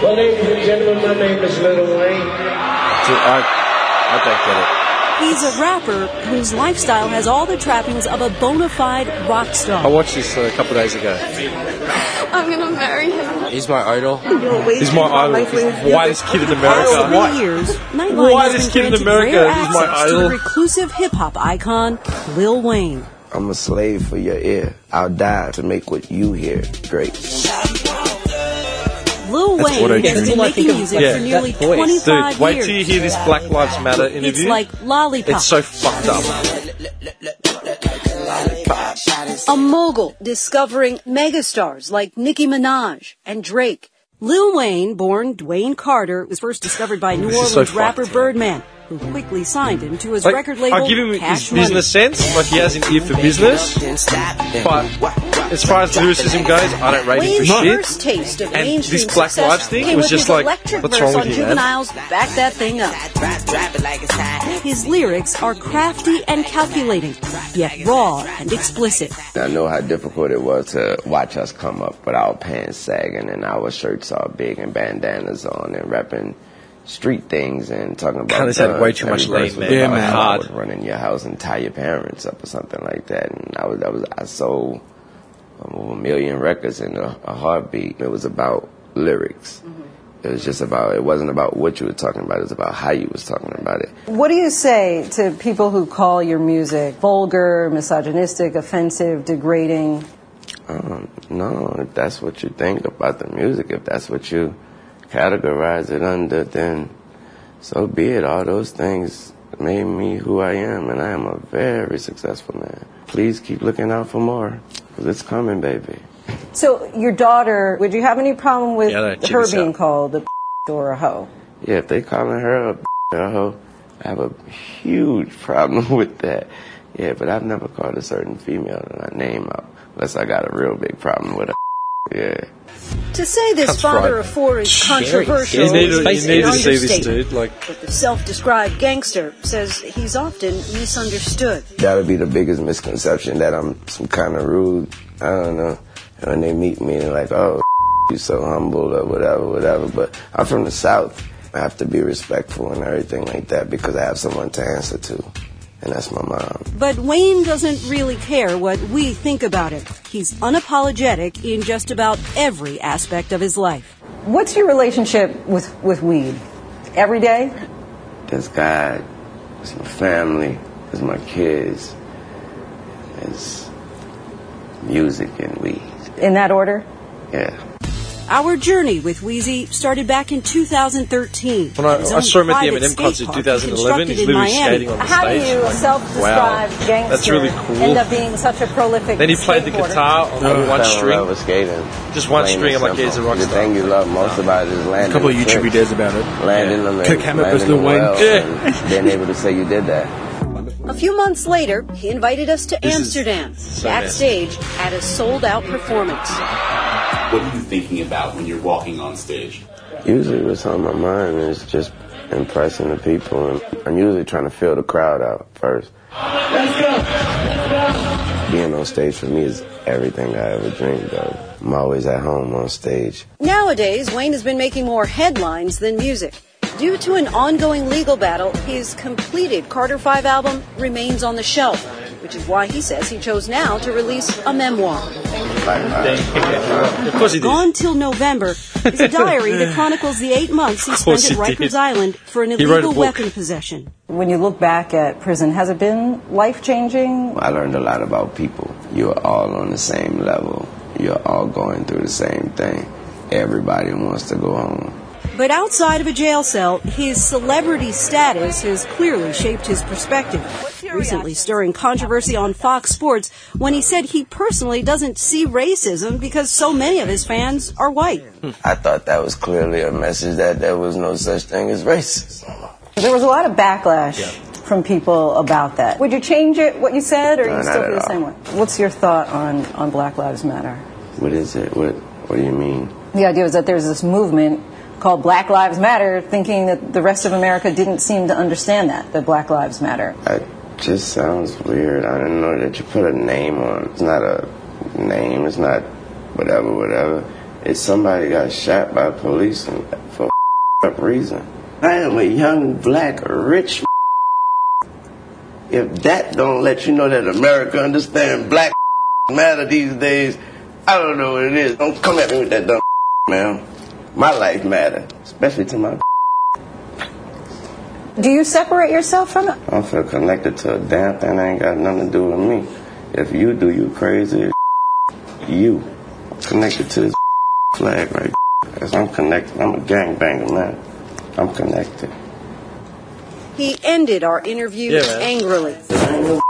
Speaker 5: Well, ladies and gentlemen, my name is Little Wayne.
Speaker 1: I, I don't get it.
Speaker 6: He's a rapper whose lifestyle has all the trappings of a bona fide rock
Speaker 1: I
Speaker 6: star.
Speaker 1: watched this uh, a couple days ago.
Speaker 7: I'm gonna marry him.
Speaker 8: He's my idol.
Speaker 1: He's my idol. He's the whitest kid in
Speaker 6: Past
Speaker 1: America.
Speaker 6: three years, Nightline
Speaker 1: Why
Speaker 6: has
Speaker 1: this
Speaker 6: been
Speaker 1: kid in
Speaker 6: granted
Speaker 1: America
Speaker 6: rare
Speaker 1: is my
Speaker 6: access to
Speaker 1: idol?
Speaker 6: the reclusive hip hop icon Lil Wayne.
Speaker 9: I'm a slave for your ear. I'll die to make what you hear great.
Speaker 6: Lil Wayne
Speaker 2: auto-tune.
Speaker 6: has been
Speaker 3: All I think
Speaker 6: making
Speaker 3: of
Speaker 6: music
Speaker 1: is
Speaker 6: for
Speaker 1: that
Speaker 6: nearly
Speaker 3: voice.
Speaker 6: twenty-five
Speaker 1: Dude, wait
Speaker 6: years.
Speaker 1: till you hear this Black Lives Matter interview.
Speaker 6: it's like lollipop.
Speaker 1: it's so fucked up.
Speaker 6: a mogul discovering megastars like Nicki Minaj and Drake. Lil Wayne, born Dwayne Carter, was first discovered by New
Speaker 1: This is
Speaker 6: Orleans
Speaker 1: so fucked,
Speaker 6: rapper
Speaker 1: man.
Speaker 6: Birdman, who quickly signed him to his
Speaker 1: Like,
Speaker 6: record label
Speaker 1: I give him
Speaker 6: Cash
Speaker 1: his
Speaker 6: Money.
Speaker 1: business sense, like he has an ear for business. But as far as lyricism goes, I don't rate him for
Speaker 6: Wayne's
Speaker 1: shit.
Speaker 6: first taste of
Speaker 1: And
Speaker 6: mainstream
Speaker 1: this Black
Speaker 6: success
Speaker 1: Lives thing
Speaker 6: came
Speaker 1: was
Speaker 6: with
Speaker 1: just
Speaker 6: his
Speaker 1: like,
Speaker 6: electric
Speaker 1: what's
Speaker 6: verse
Speaker 1: wrong with
Speaker 6: on
Speaker 1: you, man?
Speaker 6: juveniles back that thing up. His lyrics are crafty and calculating, yet raw and explicit.
Speaker 9: I know how difficult it was to watch us come up with our pants sagging and our shirts all big and bandanas on and rapping street things and talking about.
Speaker 1: Kinda said
Speaker 9: guns.
Speaker 1: way too much
Speaker 9: Every verse
Speaker 1: lean,
Speaker 9: was
Speaker 1: man. Yeah,
Speaker 9: about
Speaker 1: man.
Speaker 9: how I
Speaker 1: Hard.
Speaker 9: would Run in your house and tie your parents up or something like that. And I was, I was, I sold um, a million records in a, a heartbeat. It was about lyrics. It was just about. It wasn't about what you were talking about. It was about how you was talking about it.
Speaker 10: What do you say to people who call your music vulgar, misogynistic, offensive, degrading?
Speaker 9: Um, no, if that's what you think about the music, if that's what you categorize it under, then so be it. All those things made me who I am, and I am a very successful man. Please keep looking out for more, because it's coming, baby.
Speaker 10: So, your daughter, would you have any problem with
Speaker 1: Yeah, that chick
Speaker 10: her
Speaker 1: is
Speaker 10: being
Speaker 1: out.
Speaker 10: called a or a hoe?
Speaker 9: Yeah, if they calling her a or a hoe, I have a huge problem with that. Yeah, but I've never called a certain female my name out, unless I got a real big problem with her. Yeah.
Speaker 6: To say this
Speaker 1: That's
Speaker 6: father
Speaker 1: right.
Speaker 6: of four is
Speaker 1: You
Speaker 6: controversial
Speaker 1: need
Speaker 6: is
Speaker 1: to, you
Speaker 6: basically
Speaker 1: need
Speaker 6: an
Speaker 1: to see this
Speaker 6: understatement.
Speaker 1: dude. Like,
Speaker 6: But the self-described gangster says he's often misunderstood.
Speaker 9: That would be the biggest misconception that I'm some kind of rude. I don't know. And when they meet me, they're like, oh, you so humble or whatever, whatever. But I'm from the South. I have to be respectful and everything like that because I have someone to answer to. And that's my mom.
Speaker 6: But Wayne doesn't really care what we think about it. He's unapologetic in just about every aspect of his life.
Speaker 10: What's your relationship with, with weed? Every day?
Speaker 9: There's God. There's my family. There's my kids. There's music and weed.
Speaker 10: In that order?
Speaker 9: Yeah.
Speaker 6: Our journey with Wheezy started back in 2013.
Speaker 1: When I-
Speaker 6: His
Speaker 1: I
Speaker 6: own
Speaker 1: saw him at the
Speaker 6: private
Speaker 1: M&M
Speaker 6: skate
Speaker 1: concert
Speaker 6: park
Speaker 1: 2011, he's
Speaker 6: constructed in
Speaker 1: literally
Speaker 6: Miami.
Speaker 1: skating on the
Speaker 10: How do
Speaker 1: stage.
Speaker 10: you
Speaker 1: Like,
Speaker 10: self-describe
Speaker 1: wow.
Speaker 10: gangster
Speaker 1: That's really cool.
Speaker 10: end up being such a prolific
Speaker 1: Then he played the
Speaker 10: skateboarder?
Speaker 1: guitar on like, one
Speaker 9: Fell in love
Speaker 1: string.
Speaker 9: with skating.
Speaker 1: Just one
Speaker 9: Plain
Speaker 1: string,
Speaker 9: and
Speaker 1: I'm like, yeah, he's a
Speaker 9: simple.
Speaker 1: rock
Speaker 9: The
Speaker 1: star.
Speaker 9: thing you love most about it is landing.
Speaker 2: A couple of
Speaker 9: the
Speaker 2: YouTube
Speaker 9: tricks.
Speaker 2: videos about it.
Speaker 9: landing them
Speaker 2: Kirk
Speaker 9: and
Speaker 2: Hammett versus
Speaker 9: landing them
Speaker 2: Lil Wayne.
Speaker 9: well
Speaker 1: Yeah.
Speaker 9: and being able to say you did that.
Speaker 6: A few months later, he invited us to
Speaker 1: This is
Speaker 6: Amsterdam,
Speaker 1: so bad.
Speaker 6: backstage at a sold-out performance.
Speaker 11: What are you thinking about when you're walking on stage?
Speaker 9: Usually, what's on my mind is just impressing the people, and I'm usually trying to fill the crowd out first. Being on stage for me is everything I ever dreamed of. I'm always at home on stage.
Speaker 6: Nowadays, Wayne has been making more headlines than music. Due to an ongoing legal battle, his completed Carter 5 album remains on the shelf, which is why he says he chose now to release a memoir.
Speaker 1: Of course he did.
Speaker 6: Gone Till November is a diary that chronicles the eight months he
Speaker 1: Of course
Speaker 6: spent at
Speaker 1: he
Speaker 6: Rikers
Speaker 1: did.
Speaker 6: Island for an
Speaker 1: He wrote a
Speaker 6: illegal
Speaker 1: book.
Speaker 6: weapon possession.
Speaker 10: When you look back at prison, has it been life changing?
Speaker 9: I learned a lot about people. You're all on the same level. You're all going through the same thing. Everybody wants to go home.
Speaker 6: But outside of a jail cell, his celebrity status has clearly shaped his perspective. Recently stirring controversy on Fox Sports when he said he personally doesn't see racism because so many of his fans are white.
Speaker 9: I thought that was clearly a message that there was no such thing as racism.
Speaker 10: There was a lot of backlash from people about that. Would you change it, what you said, or
Speaker 9: No,
Speaker 10: you
Speaker 9: not
Speaker 10: still
Speaker 9: at
Speaker 10: feel the
Speaker 9: all.
Speaker 10: same way? What's your thought on, on Black Lives Matter?
Speaker 9: What is it? What What do you mean?
Speaker 10: The idea is that there's this movement called Black Lives Matter, thinking that the rest of America didn't seem to understand that, that Black Lives Matter.
Speaker 9: That just sounds weird. I didn't know that you put a name on. It's not a name. It's not whatever, whatever. It's somebody got shot by police and for up reason. I am a young black rich. If that don't let you know that America understand black matter these days, I don't know what it is. Don't come at me with that dumb man. My life matter, especially to my.
Speaker 10: Do you separate yourself from it?
Speaker 9: I don't feel connected to a damn thing that ain't got nothing to do with me. If you do, you crazy. as You connected to this flag right? Cause I'm connected. I'm a gangbanger, man. I'm connected.
Speaker 6: He ended our interview
Speaker 1: Yeah, man.
Speaker 6: angrily.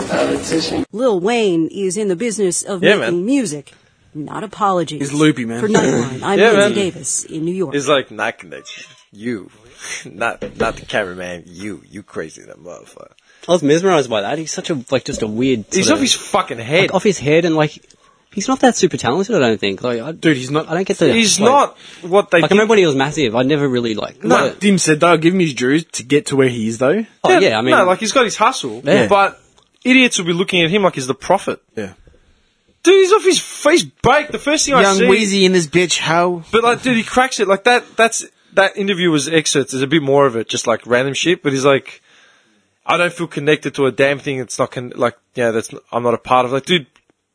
Speaker 9: Politician.
Speaker 6: Lil Wayne is in the business of
Speaker 1: Yeah,
Speaker 6: making
Speaker 1: man.
Speaker 6: music, not apologies.
Speaker 2: He's loopy, man.
Speaker 6: For Nightline, I'm
Speaker 1: Yeah,
Speaker 6: Lindsay
Speaker 1: man.
Speaker 6: Davis in New York.
Speaker 1: It's like not connected. You, not not the cameraman. You, you crazy that motherfucker.
Speaker 3: I was mesmerized by that. He's such a like just a weird. Sort
Speaker 1: He's
Speaker 3: of,
Speaker 1: off his fucking head.
Speaker 3: like, off his head and like he's not that super talented. I don't think. Like, I, dude, he's not. I don't get the.
Speaker 1: He's
Speaker 3: oh, like-
Speaker 1: not what they.
Speaker 3: Like I remember when he was massive. I never really like.
Speaker 1: No.
Speaker 3: got it.
Speaker 2: Dim said they'll give him his dues to get to where he is, though.
Speaker 3: Oh, yeah, I mean,
Speaker 1: no, like he's got his hustle,
Speaker 3: Yeah.
Speaker 1: but idiots will be looking at him like he's the prophet.
Speaker 2: Yeah.
Speaker 1: Dude, he's off his face baked. The first thing I see,
Speaker 2: in this bitch, how?
Speaker 1: but like, dude, he cracks it. Like that. That's that interview was excerpts. There's a bit more of it, just like random shit. But he's like, I don't feel connected to a damn thing. It's not con- like yeah, that's I'm not a part of. Like, dude,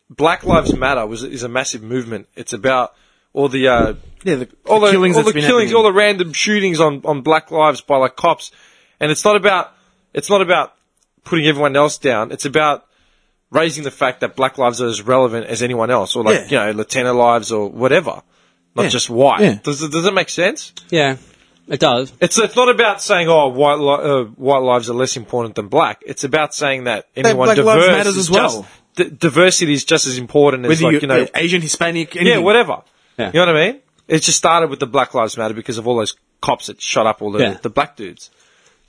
Speaker 1: Black Lives Matter was is a massive movement. It's about all the uh,
Speaker 2: Yeah, the,
Speaker 1: all the,
Speaker 2: killings,
Speaker 1: all
Speaker 2: that's
Speaker 1: the
Speaker 2: been
Speaker 1: killings,
Speaker 2: happening.
Speaker 1: all the random shootings on, on black lives by like cops, and it's not about it's not about putting everyone else down. It's about raising the fact that black lives are as relevant as anyone else, or like
Speaker 2: Yeah.
Speaker 1: you know Latino lives or whatever, not
Speaker 2: Yeah.
Speaker 1: just white.
Speaker 2: Yeah.
Speaker 1: Does it- does it make sense?
Speaker 3: yeah, it does.
Speaker 1: It's it's not about saying oh white li- uh, white lives are less important than black. It's about saying that anyone
Speaker 2: black lives
Speaker 1: diverse
Speaker 2: matters
Speaker 1: is
Speaker 2: as well.
Speaker 1: just- d- diversity is just as important as
Speaker 2: Whether
Speaker 1: like
Speaker 2: you, uh,
Speaker 1: you know
Speaker 2: Asian, Hispanic, anything.
Speaker 1: yeah, whatever.
Speaker 3: Yeah.
Speaker 1: You know what I mean? It just started with the Black Lives Matter because of all those cops that shot up all the,
Speaker 3: Yeah.
Speaker 1: the black dudes.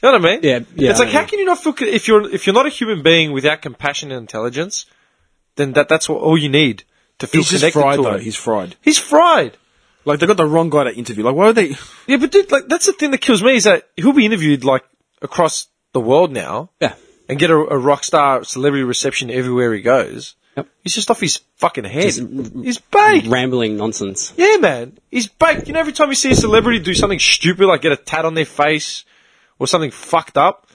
Speaker 1: You know what I mean?
Speaker 3: Yeah, yeah,
Speaker 1: It's like
Speaker 3: I
Speaker 1: how
Speaker 3: know.
Speaker 1: can you not feel co- if you're if you're not a human being without compassion and intelligence, then that that's what, all you need to feel
Speaker 2: He's just
Speaker 1: connected
Speaker 2: fried,
Speaker 1: to
Speaker 2: though.
Speaker 1: it.
Speaker 2: He's fried.
Speaker 1: He's fried.
Speaker 2: Like, they got the wrong guy to interview. Like, why are they.
Speaker 1: Yeah, but dude, like that's the thing that kills me is that he'll be interviewed like across the world now
Speaker 3: Yeah,
Speaker 1: and get a, a rock star celebrity reception everywhere he goes.
Speaker 3: Yep.
Speaker 1: He's just off his fucking head.
Speaker 3: Just
Speaker 1: he's baked.
Speaker 3: rambling nonsense.
Speaker 1: Yeah, man. He's baked. You know, every time you see a celebrity do something stupid, like get a tat on their face or something fucked up,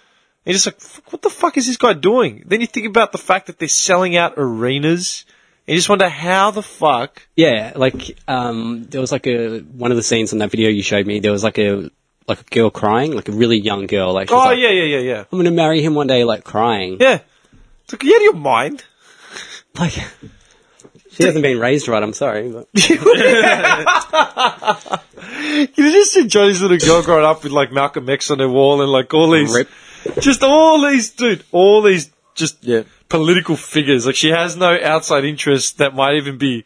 Speaker 1: you're just like, "F- what the fuck is this guy doing? Then you think about the fact that they're selling out arenas. And you just wonder how the fuck.
Speaker 3: Yeah, like um, there was like a one of the scenes on that video you showed me. There was like a like a girl crying, like a really young girl. Like, she's
Speaker 1: Oh,
Speaker 3: like,
Speaker 1: yeah, yeah, yeah, yeah.
Speaker 3: I'm gonna marry him one day, like crying.
Speaker 1: Yeah. It's like, you out of your mind?
Speaker 3: Like, she hasn't been raised right. I'm sorry, but
Speaker 1: You just enjoy this little girl growing up with like Malcolm X on her wall and like all these,
Speaker 3: Rip.
Speaker 1: just all these, dude, all these just
Speaker 2: Yeah.
Speaker 1: political figures. Like she has no outside interest that might even be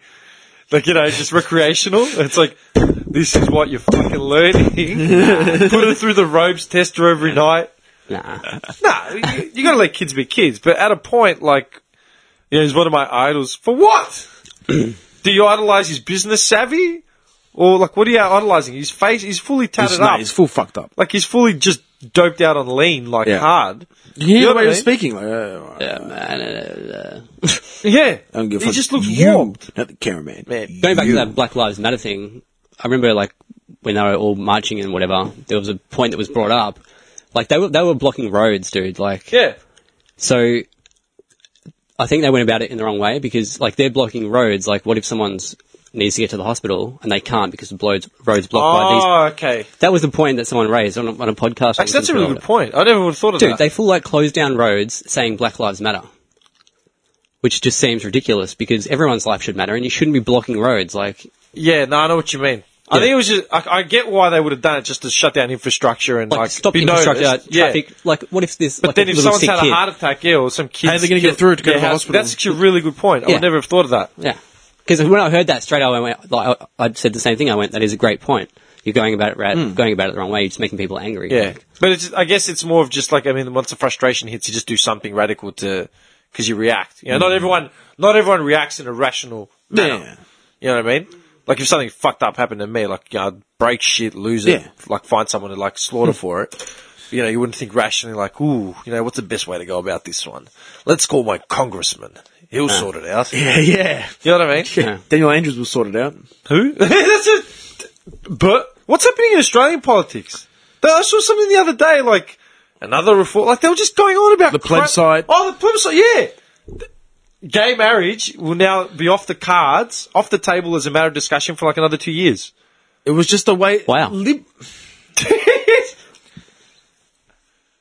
Speaker 1: like, you know, just recreational. It's like, this is what you're fucking learning. Put her through the ropes, test her every night.
Speaker 3: nah.
Speaker 1: Nah, you, you gotta let kids be kids, but at a point, like, you know, he's one of my idols. For what? Do you idolize his business savvy? Or like, what are you idolizing? His face is fully tatted
Speaker 2: He's,
Speaker 1: up.
Speaker 2: no, he's full fucked up.
Speaker 1: like he's fully just doped out on lean, like
Speaker 2: Yeah.
Speaker 1: hard.
Speaker 2: You hear
Speaker 1: You know
Speaker 2: the
Speaker 1: what
Speaker 2: way
Speaker 1: I
Speaker 2: he's
Speaker 1: mean?
Speaker 2: speaking? Like, uh,
Speaker 3: Yeah, man. uh, uh,
Speaker 1: Yeah,
Speaker 2: I don't give a
Speaker 1: he
Speaker 2: fuck.
Speaker 1: just looks
Speaker 2: you,
Speaker 1: warped.
Speaker 2: Not the cameraman.
Speaker 3: going back to that Black Lives Matter thing, I remember like when they were all marching and whatever, there was a point that was brought up. Like they were they were blocking roads, dude. Like
Speaker 1: Yeah,
Speaker 3: so I think they went about it in the wrong way because like they're blocking roads. Like what if someone's needs to get to the hospital and they can't because the roads roads blocked by these.
Speaker 1: Oh, okay.
Speaker 3: That was the point that someone raised on a, on a podcast.
Speaker 1: Actually, that's a really good point. I never would have thought of
Speaker 3: Dude,
Speaker 1: that.
Speaker 3: they full like closed down roads saying Black Lives Matter, which just seems ridiculous because everyone's life should matter and you shouldn't be blocking roads. Like
Speaker 1: yeah, no, I know what you mean. I
Speaker 3: Yeah.
Speaker 1: think it was just. I, I get why they would have done it just to shut down infrastructure and
Speaker 3: like,
Speaker 1: like,
Speaker 3: stop
Speaker 1: be
Speaker 3: infrastructure,
Speaker 2: uh,
Speaker 1: noticed. Yeah.
Speaker 3: traffic. Like, what if this?
Speaker 1: But
Speaker 3: like,
Speaker 1: then
Speaker 3: a
Speaker 1: if
Speaker 3: little
Speaker 1: someone's
Speaker 3: sick
Speaker 1: had
Speaker 3: kid,
Speaker 1: a heart attack, yeah, or some kids,
Speaker 2: are they gonna get
Speaker 1: killed-
Speaker 2: through to go to
Speaker 1: yeah,
Speaker 2: the
Speaker 1: how-
Speaker 2: hospital?
Speaker 1: That's actually a really good point. I
Speaker 3: Yeah.
Speaker 1: would never have thought of that.
Speaker 3: yeah, because when I heard that straight away, I went, like, I, I said the same thing. I went, that is a great point. You're going about it right, going about it the wrong way. You're just making people angry.
Speaker 1: Hmm. Yeah, but it's, I guess it's more of just like I mean, once the frustration hits, you just do something radical to because you react. You know, not everyone, not everyone reacts in a rational manner.
Speaker 2: Mm. Yeah.
Speaker 1: You know what I mean? Like if something fucked up happened to me, like you know, I'd break shit, lose it,
Speaker 2: Yeah. Hmm.
Speaker 1: like find someone to like slaughter for it. You know, you wouldn't think rationally, like, ooh, you know, what's the best way to go about this one? Let's call my congressman. He'll sort it out.
Speaker 2: Uh. Yeah, yeah.
Speaker 1: You know what I mean?
Speaker 3: Yeah.
Speaker 2: Daniel Andrews will sort it out.
Speaker 1: Who? That's it. But what's happening in Australian politics? Though I saw something the other day, like another reform. Like they were just going on about
Speaker 2: The
Speaker 1: cri-
Speaker 2: plebiscite.
Speaker 1: Oh, the plebiscite. Yeah, Th- gay marriage will now be off the cards, off the table as a matter of discussion for like another two years.
Speaker 2: It was just a way.
Speaker 3: Wow.
Speaker 2: Lib-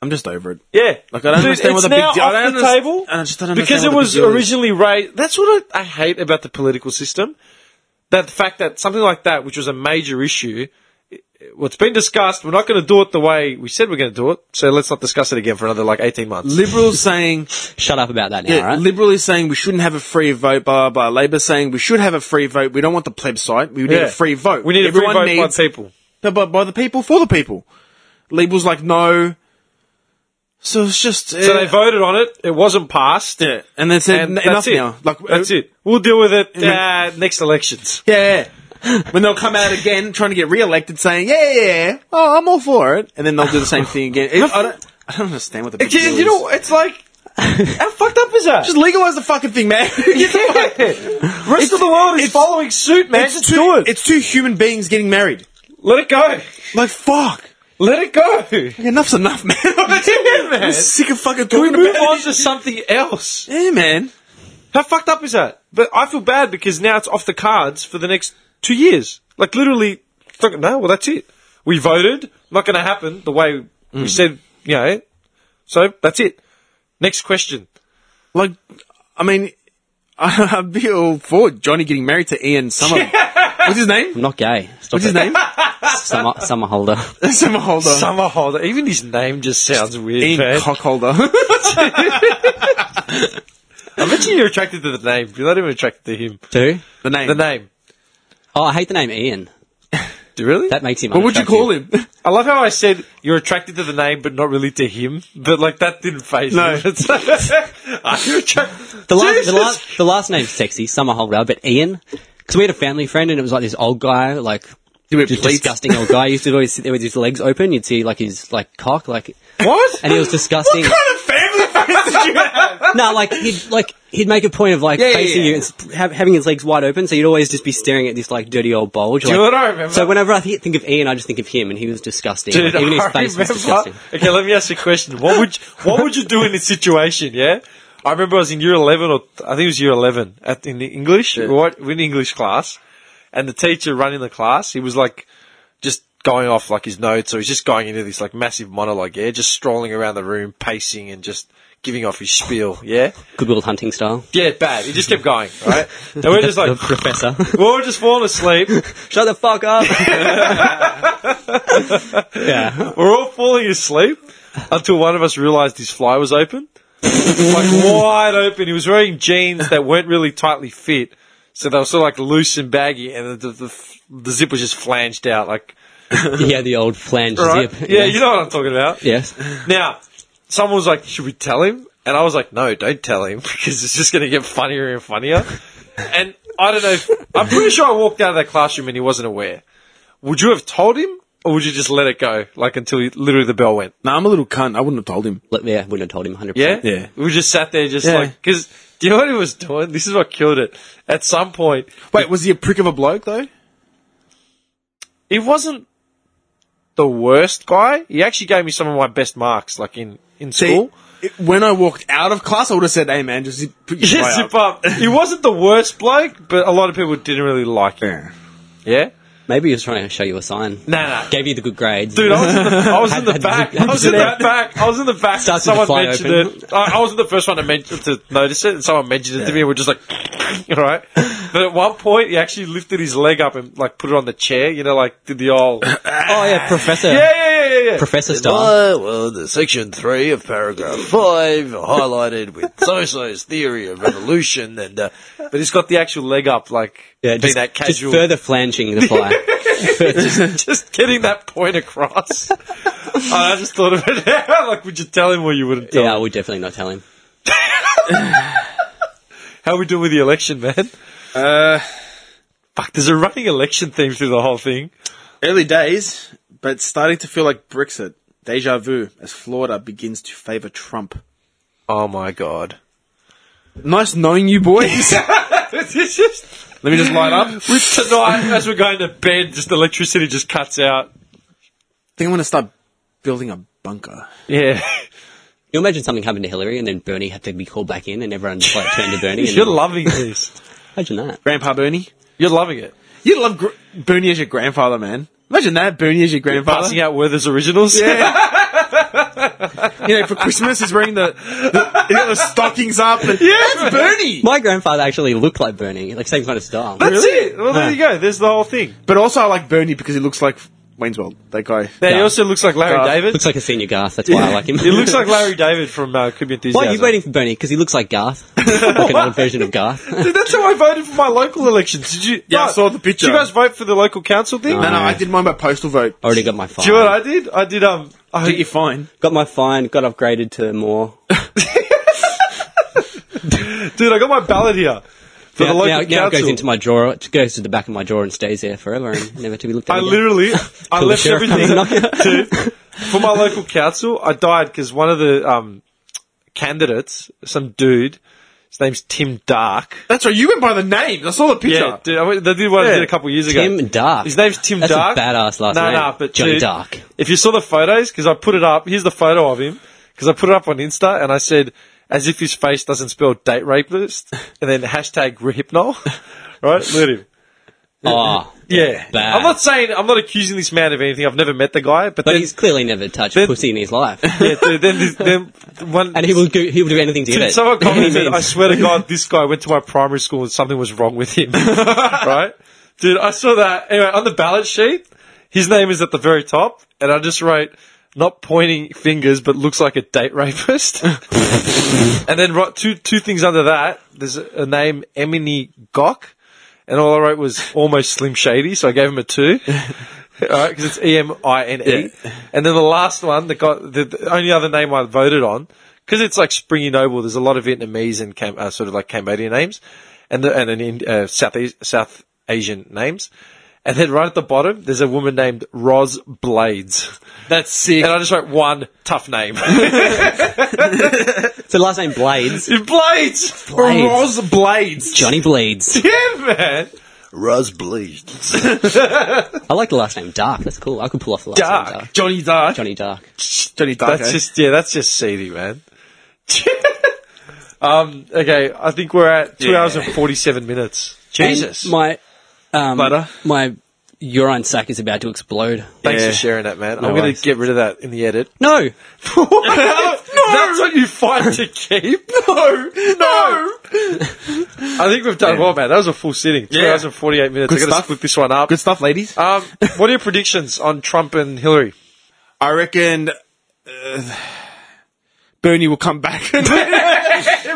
Speaker 2: I'm just over it.
Speaker 1: Yeah,
Speaker 2: Like, I don't understand
Speaker 1: it's
Speaker 2: what the big
Speaker 1: now
Speaker 2: deal- I
Speaker 1: off
Speaker 2: don't
Speaker 1: the
Speaker 2: underst-
Speaker 1: table
Speaker 2: I just don't
Speaker 1: because
Speaker 2: understand
Speaker 1: it
Speaker 2: what the
Speaker 1: was
Speaker 2: deal is.
Speaker 1: originally raised. That's what I, I hate about the political system. That the fact that something like that, which was a major issue, it- it- what's been discussed, we're not going to do it the way we said we're going to do it. So let's not discuss it again for another like eighteen months.
Speaker 2: Liberals saying,
Speaker 3: Shut up about that now,
Speaker 2: yeah,
Speaker 3: right?
Speaker 2: liberal is saying we shouldn't have a free vote, blah, blah, blah. Labour saying we should have a free vote. We don't want the plebiscite. We need
Speaker 1: Yeah.
Speaker 2: a free vote.
Speaker 1: We need
Speaker 2: Everyone
Speaker 1: a free vote
Speaker 2: needs-
Speaker 1: by people.
Speaker 2: No, but by the people, for the people. Liberals like, no. So it's just.
Speaker 1: So they voted on it. It wasn't passed.
Speaker 2: Yeah. And they said,
Speaker 1: And
Speaker 2: "N-
Speaker 1: that's
Speaker 2: enough
Speaker 1: it.
Speaker 2: now. Like,
Speaker 1: that's
Speaker 2: uh,
Speaker 1: it. We'll deal with it
Speaker 2: then-
Speaker 1: uh, next elections.
Speaker 2: Yeah. When they'll come out again trying to get re-elected saying, yeah, yeah, yeah, oh, I'm all for it. And then they'll do the same thing again. It- I, don't, I don't understand what the big
Speaker 1: Yeah,
Speaker 2: deal
Speaker 1: you know,
Speaker 2: is.
Speaker 1: it's like how fucked up is that?
Speaker 2: Just legalize the fucking thing, man. Get the fuck-
Speaker 1: Rest of the world is following suit, man.
Speaker 2: it's
Speaker 1: Just
Speaker 2: two,
Speaker 1: do it.
Speaker 2: It's two human beings getting married.
Speaker 1: Let it go.
Speaker 2: Like, fuck.
Speaker 1: Let it go. Can
Speaker 2: Like, enough's enough, man.
Speaker 1: Yeah, man.
Speaker 2: I'm sick of fucking
Speaker 1: we
Speaker 2: talking
Speaker 1: move
Speaker 2: about
Speaker 1: on
Speaker 2: it.
Speaker 1: to something else?
Speaker 2: Yeah, man.
Speaker 1: How fucked up is that? But I feel bad because now it's off the cards for the next two years. Like literally, fuck, no. Well, that's it. We voted. Not going to happen the way we said. You know. So that's it. Next question.
Speaker 2: Like, I mean, I- I'd be all for Johnny getting married to Ian Summer. What's his name?
Speaker 3: I'm not gay. Stop
Speaker 2: What's his
Speaker 3: it.
Speaker 2: name?
Speaker 3: Summer, summer holder.
Speaker 2: Summer Holder.
Speaker 1: Summerholder. Even his name just sounds weird.
Speaker 2: Ian
Speaker 1: man.
Speaker 2: Cockholder.
Speaker 1: I bet you you're attracted to the name. You're not even attracted to him.
Speaker 3: Who?
Speaker 2: the name.
Speaker 1: The name.
Speaker 3: Oh, I hate the name Ian.
Speaker 1: Do you really?
Speaker 3: That makes him.
Speaker 2: What would you call
Speaker 3: unattractive.
Speaker 2: him?
Speaker 1: I love how I said you're attracted to the name, but not really to him. But like that didn't phase
Speaker 2: No.
Speaker 1: me. It's like, I'm attracted.
Speaker 3: The last, the
Speaker 1: Jesus.
Speaker 3: last, the last name's sexy, Summer Holder, but Ian, because we had a family friend and it was like this old guy, like
Speaker 2: it
Speaker 3: just
Speaker 2: bleats.
Speaker 3: disgusting old guy. He used to always sit there with his legs open. You'd see like his like cock, like,
Speaker 1: What?
Speaker 3: and he was disgusting.
Speaker 2: kind of family friends did you have?
Speaker 3: no, like he'd like he'd make a point of like
Speaker 2: yeah,
Speaker 3: facing
Speaker 2: yeah.
Speaker 3: you and s- have, having his legs wide open, so you'd always just be staring at this like dirty old bulge.
Speaker 1: Do you
Speaker 3: like-
Speaker 1: know what I remember?
Speaker 3: So whenever I thi- think of Ian, I just think of him, and he was disgusting.
Speaker 1: Dude,
Speaker 3: Like, even his
Speaker 1: I
Speaker 3: face was
Speaker 1: remember-
Speaker 3: disgusting.
Speaker 1: Okay, let me ask you a question. What would you, what would you do in this situation? Yeah, I remember I was in year eleven, or I think it was year eleven, at in the English, we were in English class, and the teacher running the class, he was like just going off like his notes, so he's just going into this like massive monologue, yeah, just strolling around the room, pacing and just giving off his spiel, yeah.
Speaker 3: Goodwill hunting style.
Speaker 1: Yeah, bad. He just kept going, right? And we're just
Speaker 3: The
Speaker 1: like,
Speaker 3: professor.
Speaker 1: we are just falling asleep.
Speaker 3: Shut the fuck up. yeah.
Speaker 1: We're all falling asleep until one of us realised his fly was open. like wide open. He was wearing jeans that weren't really tightly fit. So they were sort of like loose and baggy and the, the, the, the zip was just flanged out. Like,
Speaker 3: Yeah, the old flange
Speaker 1: right?
Speaker 3: zip.
Speaker 1: Yeah, you know what I'm talking about.
Speaker 3: Yes.
Speaker 1: Now, someone was like, should we tell him? And I was like, no, don't tell him because it's just going to get funnier and funnier. and I don't know. If, I'm pretty sure I walked out of that classroom and he wasn't aware. Would you have told him, or would you just let it go, like until he, literally the bell went?
Speaker 2: No, I'm a little cunt. I wouldn't have told him.
Speaker 3: Like, yeah, I wouldn't have told him 100%.
Speaker 1: Yeah,
Speaker 2: Yeah.
Speaker 1: We just sat there, just
Speaker 2: Yeah.
Speaker 1: like because. Do you know what he was doing? This is what killed it. At some point,
Speaker 2: Wait, was he a prick of a bloke though?
Speaker 1: he wasn't the worst guy. He actually gave me some of my best marks, like in in school.
Speaker 2: it- when I walked out of class, I would have said, "Hey, man, just put your
Speaker 1: Yeah,
Speaker 2: play
Speaker 1: zip
Speaker 2: up."
Speaker 1: up. He wasn't the worst bloke, but a lot of people didn't really like him.
Speaker 2: Yeah.
Speaker 1: Yeah?
Speaker 3: Maybe he was trying to show you a sign.
Speaker 1: Nah, nah.
Speaker 3: Gave you the good grades.
Speaker 1: Dude, I was in the, I was in the
Speaker 3: Had- had
Speaker 1: back.
Speaker 3: zip- had
Speaker 1: I was in
Speaker 3: zip
Speaker 1: the
Speaker 3: up.
Speaker 1: back. I was in the back.
Speaker 3: Started to
Speaker 1: Someone
Speaker 3: fly
Speaker 1: mentioned
Speaker 3: open.
Speaker 1: it. I, I wasn't the first one to mention to notice it, and someone mentioned it to me, and we're just like, all right. But at one point, he actually lifted his leg up and like put it on the chair. You know, like did the old. yeah,
Speaker 3: Oh, yeah, professor.
Speaker 1: yeah, yeah, yeah, yeah.
Speaker 3: Professor style.
Speaker 8: Well, well, the section three of paragraph five, highlighted with Soso's theory of evolution, and uh,
Speaker 1: But he's got the actual leg up, like
Speaker 3: Yeah,
Speaker 1: being
Speaker 3: just,
Speaker 1: that
Speaker 3: just
Speaker 1: casual.
Speaker 3: further flanging the fly.
Speaker 1: just getting that point across. I just thought of it. like, would you tell him or you wouldn't tell
Speaker 3: yeah, I
Speaker 1: him?
Speaker 3: would definitely not tell him.
Speaker 1: How we doing with the election, man? Uh, fuck. There's a running election theme through the whole thing.
Speaker 2: Early days, but starting to feel like Brexit. Deja vu as Florida begins to favour Trump.
Speaker 1: Oh my god.
Speaker 2: Nice knowing you boys.
Speaker 1: it's just
Speaker 2: Let me just light up. I
Speaker 1: with tonight as we're going to bed, just the electricity just cuts out.
Speaker 2: think I'm going to start building a bunker.
Speaker 1: Yeah,
Speaker 3: You imagine something happened to Hillary and then Bernie had to be called back in and everyone just like turned to Bernie. And
Speaker 1: you're loving this.
Speaker 3: imagine that.
Speaker 2: Grandpa Bernie.
Speaker 1: You're loving it.
Speaker 2: You'd love gr- Bernie as your grandfather, man. Imagine that, Bernie as your grandfather.
Speaker 1: Passing out Werther's originals.
Speaker 2: Yeah. you know, for Christmas, he's wearing the, the, he's got the stockings up. And, yeah, that's Bernie.
Speaker 3: My grandfather actually looked like Bernie, like same kind of style.
Speaker 1: That's it. Well, there you go. There's the whole thing.
Speaker 2: But also, I like Bernie because he looks like Wayne's World, that guy.
Speaker 1: Now, he
Speaker 3: Yeah.
Speaker 1: also looks like Larry
Speaker 2: Uh,
Speaker 1: David.
Speaker 3: Looks like a senior Garth. That's why I like him.
Speaker 1: He looks like Larry David from uh, Could Be
Speaker 3: Why
Speaker 1: Enthusiasm.
Speaker 3: are you waiting for Bernie? Because he looks like Garth, like an old version of Garth.
Speaker 1: Dude, that's how I voted for my local elections. Did you?
Speaker 2: Yeah, I
Speaker 1: no,
Speaker 2: saw the picture.
Speaker 1: Did you guys vote for the local council thing?
Speaker 2: No, no, I did mine by postal vote.
Speaker 3: Already got my fine.
Speaker 1: Do you know what I did? I did. Um, I,
Speaker 2: Get your fine.
Speaker 3: got my fine. Got upgraded to more.
Speaker 1: dude, I got my ballot here for
Speaker 3: Now,
Speaker 1: the local
Speaker 3: now,
Speaker 1: council.
Speaker 3: now it goes into my drawer. It goes to the back of my drawer and stays there forever and never to be looked at.
Speaker 1: I
Speaker 3: again.
Speaker 1: literally, I
Speaker 3: Till the
Speaker 1: left
Speaker 3: sheriff
Speaker 1: everything
Speaker 3: comes and knocks-
Speaker 1: Dude, for my local council. I died because one of the um, candidates, some dude, his name's Tim Dark.
Speaker 2: That's right. You went by the name. I saw the picture.
Speaker 1: Yeah, dude, I went- they did what I
Speaker 2: Yeah.
Speaker 1: did a couple years ago.
Speaker 3: Tim Dark.
Speaker 1: His name's Tim
Speaker 3: That's a
Speaker 1: Dark.
Speaker 3: badass last
Speaker 1: no,
Speaker 3: name.
Speaker 1: No, but
Speaker 3: Johnny
Speaker 1: dude,
Speaker 3: Dark.
Speaker 1: If you saw the photos, because I put it up, here's the photo of him, because I put it up on Insta and I said, as if his face doesn't spell date rapist, and then hashtag rehypnol. Right? Look at him.
Speaker 3: Oh,
Speaker 1: Yeah.
Speaker 3: Bad.
Speaker 1: I'm not saying, I'm not accusing this man of anything. I've never met the guy, but,
Speaker 3: but
Speaker 1: then,
Speaker 3: he's clearly never touched
Speaker 1: Then-
Speaker 3: pussy in his life,
Speaker 1: yeah, dude, then, then, then one,
Speaker 3: and he will do, he will do anything to get it.
Speaker 1: Someone commented,
Speaker 3: Anything.
Speaker 1: I swear to God, this guy went to my primary school and something was wrong with him. right? Dude, I saw that. Anyway, on the balance sheet, his name is at the very top, and I just wrote, not pointing fingers, but looks like a date rapist. and then wrote two, two things under that. There's a name, Emily Gok, and all I wrote was almost Slim Shady, so I gave him a two. All right, because it's E M I N E. And then the last one that got the, the only other name I voted on because it's like Springy Noble. There's a lot of Vietnamese and Cam- uh, sort of like Cambodian names, and the, and an in, uh, South Eas- South Asian names. And then right at the bottom, there's a woman named Roz Blades,
Speaker 2: That's sick.
Speaker 1: and I just wrote one tough name,
Speaker 3: so last name Blades.
Speaker 1: Blades.
Speaker 3: Blades.
Speaker 2: Roz Blades.
Speaker 3: Johnny Blades.
Speaker 1: Yeah, man.
Speaker 8: Ruz bleeds.
Speaker 3: I like the last name Dark. That's cool. I could pull off the last
Speaker 1: Dark.
Speaker 3: name Dark.
Speaker 2: Johnny Dark.
Speaker 3: Johnny Dark.
Speaker 2: Johnny Dark.
Speaker 1: That's just yeah, that's just seedy, man. um, okay, I think we're at two hours and forty-seven minutes. Jesus,
Speaker 3: And my um,
Speaker 2: Butter.
Speaker 3: my urine sack is about to explode.
Speaker 1: thanks
Speaker 2: Yeah.
Speaker 1: for sharing that, man. I'm going
Speaker 3: worries.
Speaker 1: to get rid of that in the edit.
Speaker 3: No,
Speaker 1: That's what you fight to keep? no, no. I think we've done well, man. That was a full sitting. Two hours and 48 minutes. i
Speaker 2: Good
Speaker 1: got to
Speaker 2: stuff.
Speaker 1: split this one up.
Speaker 2: Good stuff, ladies.
Speaker 1: Um, what are your predictions on Trump and Hillary?
Speaker 2: I reckon uh, Bernie will come back.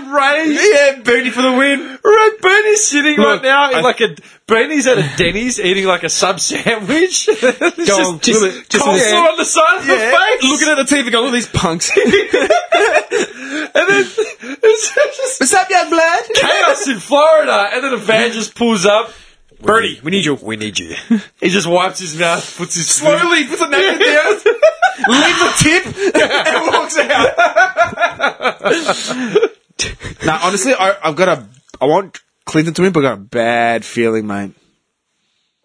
Speaker 1: Ray,
Speaker 2: yeah, Bernie for the win.
Speaker 1: Ray, Bernie's sitting
Speaker 2: Look,
Speaker 1: right now in
Speaker 2: I-
Speaker 1: like a Bernie's at a Denny's eating like a sub sandwich. It's
Speaker 2: on,
Speaker 1: just,
Speaker 2: just-
Speaker 1: just,
Speaker 2: just-
Speaker 1: coleslaw on the side of the
Speaker 2: Yeah.
Speaker 1: face.
Speaker 2: Looking at the TV, going, look at these punks.
Speaker 1: And then What's
Speaker 2: up, young blood?
Speaker 1: Chaos in Florida. And then a van just pulls up. Bernie, we need you.
Speaker 8: We need you.
Speaker 1: He just wipes his mouth, puts his
Speaker 2: Slowly puts a napkin down, leaves a tip, and walks out. nah, honestly, I, I've got a. I want Clinton to win, but I got a bad feeling, mate.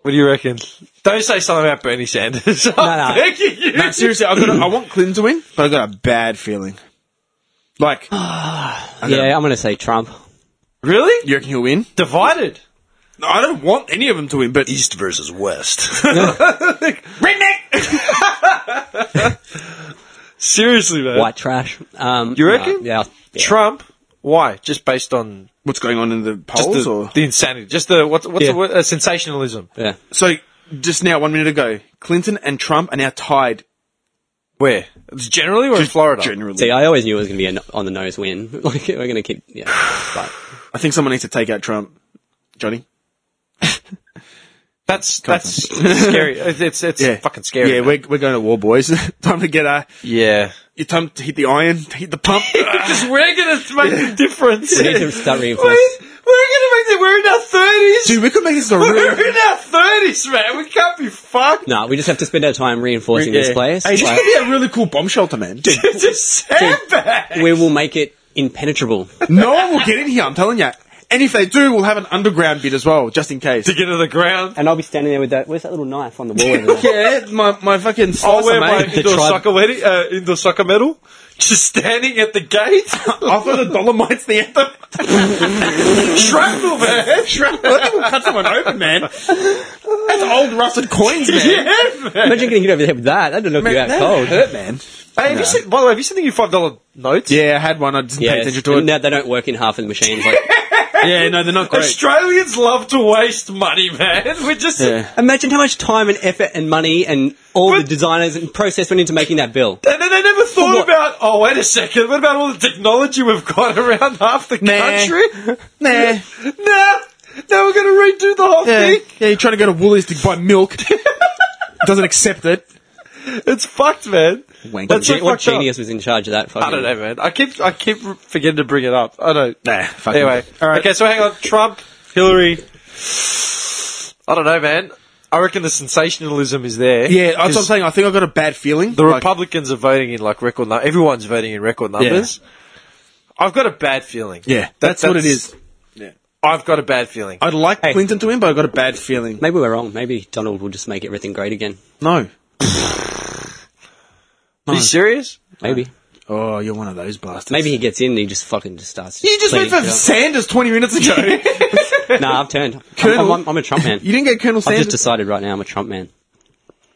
Speaker 1: What do you reckon? Don't say something about Bernie Sanders. I'm
Speaker 3: No, no.
Speaker 1: begging you.
Speaker 2: Nah, seriously, I've got a, I want Clinton to win, but I got a bad feeling. Like,
Speaker 3: Yeah, I'm going to say Trump.
Speaker 1: Really?
Speaker 2: you reckon he'll win?
Speaker 1: Divided.
Speaker 2: No, I don't want any of them to win, but
Speaker 8: East versus West.
Speaker 1: Seriously, man.
Speaker 3: White trash. Um,
Speaker 1: You reckon?
Speaker 3: yeah. yeah.
Speaker 1: Trump? Why? Just based on
Speaker 2: what's going on in the
Speaker 1: just
Speaker 2: polls?
Speaker 1: the,
Speaker 2: or
Speaker 1: the insanity. Just the what's what's
Speaker 3: Yeah.
Speaker 1: the word? Uh, sensationalism.
Speaker 3: yeah.
Speaker 2: so just now, one minute ago, Clinton and Trump are now tied.
Speaker 1: Where? It's generally or in Florida?
Speaker 2: Generally,
Speaker 3: See, I always knew it was going to be an on the nose win. Like, we're going to keep. Yeah. But
Speaker 2: I think someone needs to take out Trump. Johnny.
Speaker 1: That's that's scary. It's it's, it's fucking scary.
Speaker 2: Yeah,
Speaker 1: man.
Speaker 2: we're, we're going to war, boys. time to get uh,
Speaker 1: yeah.
Speaker 2: your time to hit the iron, to hit the pump.
Speaker 1: Because we're gonna make a difference.
Speaker 3: we need to start
Speaker 1: We're,
Speaker 3: reinforcing.
Speaker 1: we're gonna make the. We're in our thirties.
Speaker 2: Dude, we could make this a real.
Speaker 1: We're in our thirties, man. We can't be fucked.
Speaker 3: No, we just have to spend our time reinforcing this
Speaker 1: Yeah.
Speaker 3: place.
Speaker 2: Hey, this
Speaker 3: Like,
Speaker 2: could be a really cool bomb shelter, man.
Speaker 1: It's a sandbag.
Speaker 3: we will make it impenetrable.
Speaker 2: no one will get in here, I'm telling you. And if they do, we'll have an underground bit as well, just in case.
Speaker 1: To get to the ground.
Speaker 3: And I'll be standing there with that. Where's that little knife on the wall? over there?
Speaker 2: Yeah, my, my fucking
Speaker 1: I'll wear
Speaker 2: slicer,
Speaker 1: my
Speaker 2: mate.
Speaker 3: The
Speaker 1: indoor
Speaker 3: tribe-
Speaker 1: soccer, wedi- uh, indoor soccer medal. Just standing at the gate.
Speaker 2: I thought the Dolomite's the anthem.
Speaker 1: Shrapnel, man.
Speaker 2: Shrapnel. I think we'll cut someone open, man. That's old rusted coins, man.
Speaker 1: Yeah, man.
Speaker 3: Imagine getting hit over the head with that. That'd knock you out
Speaker 2: that
Speaker 3: cold.
Speaker 2: hurt, man.
Speaker 1: Hey, have you seen, by the way, have you seen the new five dollar notes?
Speaker 2: Yeah, I had one. I didn't
Speaker 3: Yeah,
Speaker 2: pay attention to it.
Speaker 3: and now they don't work in half of the machines. Like,
Speaker 2: yeah, no, they're not
Speaker 1: Australians love to waste money, man. We're just
Speaker 2: Yeah.
Speaker 3: imagine how much time and effort and money and all the
Speaker 1: But-
Speaker 3: designers and process went into making that bill.
Speaker 1: and then they never thought
Speaker 3: What?
Speaker 1: about. Oh, wait a second. What about all the technology we've got around half the
Speaker 2: Nah.
Speaker 1: country?
Speaker 2: Nah.
Speaker 1: nah, now we're going to redo the whole
Speaker 2: Yeah.
Speaker 1: thing.
Speaker 2: yeah, you're trying to go to Woolies to buy milk. Doesn't accept it.
Speaker 1: It's fucked, man.
Speaker 2: Wanker.
Speaker 1: That's
Speaker 3: Ge-
Speaker 1: so
Speaker 3: what
Speaker 1: fucked up.
Speaker 3: genius was in charge of that? Fucking,
Speaker 1: I don't know, man. I keep I keep forgetting to bring it up. I don't.
Speaker 2: Nah, fuck
Speaker 1: Anyway,
Speaker 2: it. All right.
Speaker 1: okay. So hang on, Trump, Hillary. I don't know, man. I reckon the sensationalism is there.
Speaker 2: Yeah, that's what I'm
Speaker 1: 'Cause
Speaker 2: saying. I think I got a bad feeling.
Speaker 1: The
Speaker 2: Like,
Speaker 1: Republicans are voting in like record numbers. Everyone's voting in record numbers. I've got a bad feeling.
Speaker 2: Yeah,
Speaker 1: That-
Speaker 2: that's, what it is.
Speaker 1: I've got a bad feeling.
Speaker 2: I'd like
Speaker 1: Hey.
Speaker 2: Clinton to win, but I got a bad feeling.
Speaker 3: Maybe we're wrong. Maybe Donald will just make everything great again.
Speaker 2: No.
Speaker 1: Are you serious?
Speaker 3: Maybe.
Speaker 2: Oh, you're one of those bastards.
Speaker 3: Maybe he gets in and he just fucking just starts.
Speaker 2: You just went
Speaker 3: pleading
Speaker 2: for
Speaker 3: guilty.
Speaker 2: Sanders 20 minutes ago.
Speaker 3: Nah, I've turned. I'm-
Speaker 2: Colonel-
Speaker 3: I'm, I'm, I'm a Trump man.
Speaker 2: you didn't get Colonel
Speaker 3: I've
Speaker 2: Sanders.
Speaker 3: just decided right now I'm a Trump man.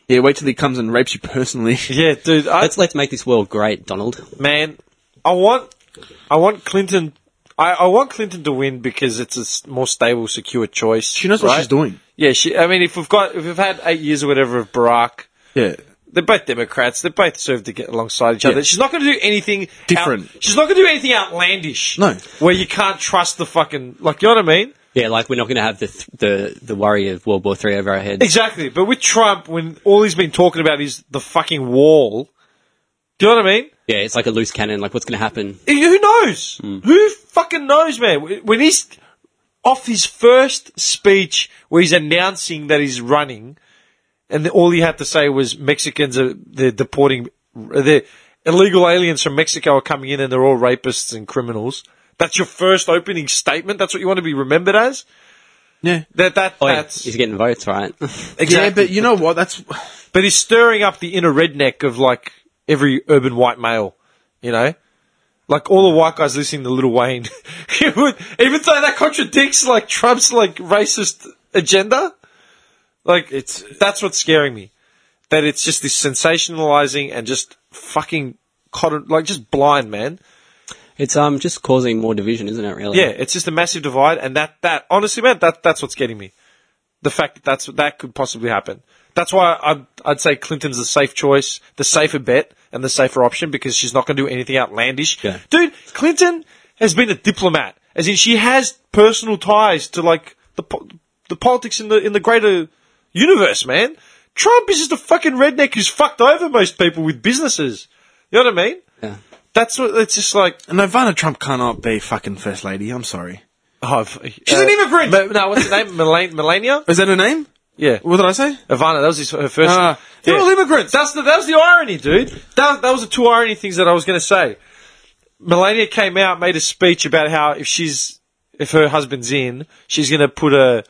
Speaker 2: yeah, wait till he comes and rapes you personally.
Speaker 1: Yeah, dude. I,
Speaker 3: Let's let's make this world great, Donald.
Speaker 1: man, I want, I want Clinton. I, I want Clinton to win because it's a s- more stable, secure choice.
Speaker 2: She knows what
Speaker 1: right?
Speaker 2: she's doing.
Speaker 1: Yeah, she. I mean, if we've got, if we've had eight years or whatever of Barack,
Speaker 2: Yeah.
Speaker 1: they're both Democrats. They both serve to get alongside each other.
Speaker 2: Yeah.
Speaker 1: She's not going to do anything
Speaker 2: Different.
Speaker 1: out- she's not going to do anything outlandish.
Speaker 2: No.
Speaker 1: where you can't trust the fucking like. You know what I mean?
Speaker 3: Yeah, like we're not going to have the th- the the worry of World War Three over our heads.
Speaker 1: Exactly. But with Trump, when all he's been talking about is the fucking wall, do you know what I mean?
Speaker 3: Yeah, it's like a loose cannon. Like what's going to happen?
Speaker 1: Who knows?
Speaker 3: Hmm.
Speaker 1: Who fucking knows, man? When he's off his first speech where he's announcing that he's running, and all he had to say was Mexicans are they're deporting the illegal aliens from Mexico are coming in and they're all rapists and criminals. That's your first opening statement. That's what you want to be remembered as.
Speaker 2: Yeah.
Speaker 1: That that
Speaker 3: Oh, yeah,
Speaker 1: that's
Speaker 3: he's getting votes, right?
Speaker 2: Yeah, but you know what? That's
Speaker 1: But he's stirring up the inner redneck of like every urban white male, you know? Like all the white guys listening to Little Wayne. He would- even though that contradicts like Trump's like racist agenda, like it's that's what's scaring me. That it's just this sensationalizing and just fucking cotton, like just blind man.
Speaker 3: it's um just causing more division, isn't it? Really?
Speaker 1: Yeah, it's just a massive divide, and that that honestly, man, that that's what's getting me. The fact that that's that could possibly happen. That's why I'd, I'd say Clinton's the safe choice, the safer bet, and the safer option because she's not going to do anything outlandish.
Speaker 3: Yeah.
Speaker 1: Dude, Clinton has been a diplomat, as in she has personal ties to like the po- the politics in the in the greater universe, man. Trump is just a fucking redneck who's fucked over most people with businesses. You know what I mean?
Speaker 3: Yeah.
Speaker 1: That's what it's just like.
Speaker 2: And Ivana Trump cannot be fucking first lady. I'm sorry.
Speaker 1: Oh, she's
Speaker 2: She's an immigrant.
Speaker 1: no, what's her name? Melania? Melania?
Speaker 2: Is that her name?
Speaker 1: Yeah,
Speaker 2: What did I say?
Speaker 1: Ivana. That was his, her first.
Speaker 2: Ah, they're
Speaker 1: Yeah.
Speaker 2: all immigrants.
Speaker 1: That's the that was the irony, dude. That that was the two irony things that I was going to say. Melania came out, made a speech about how if she's if her husband's in, she's going to put a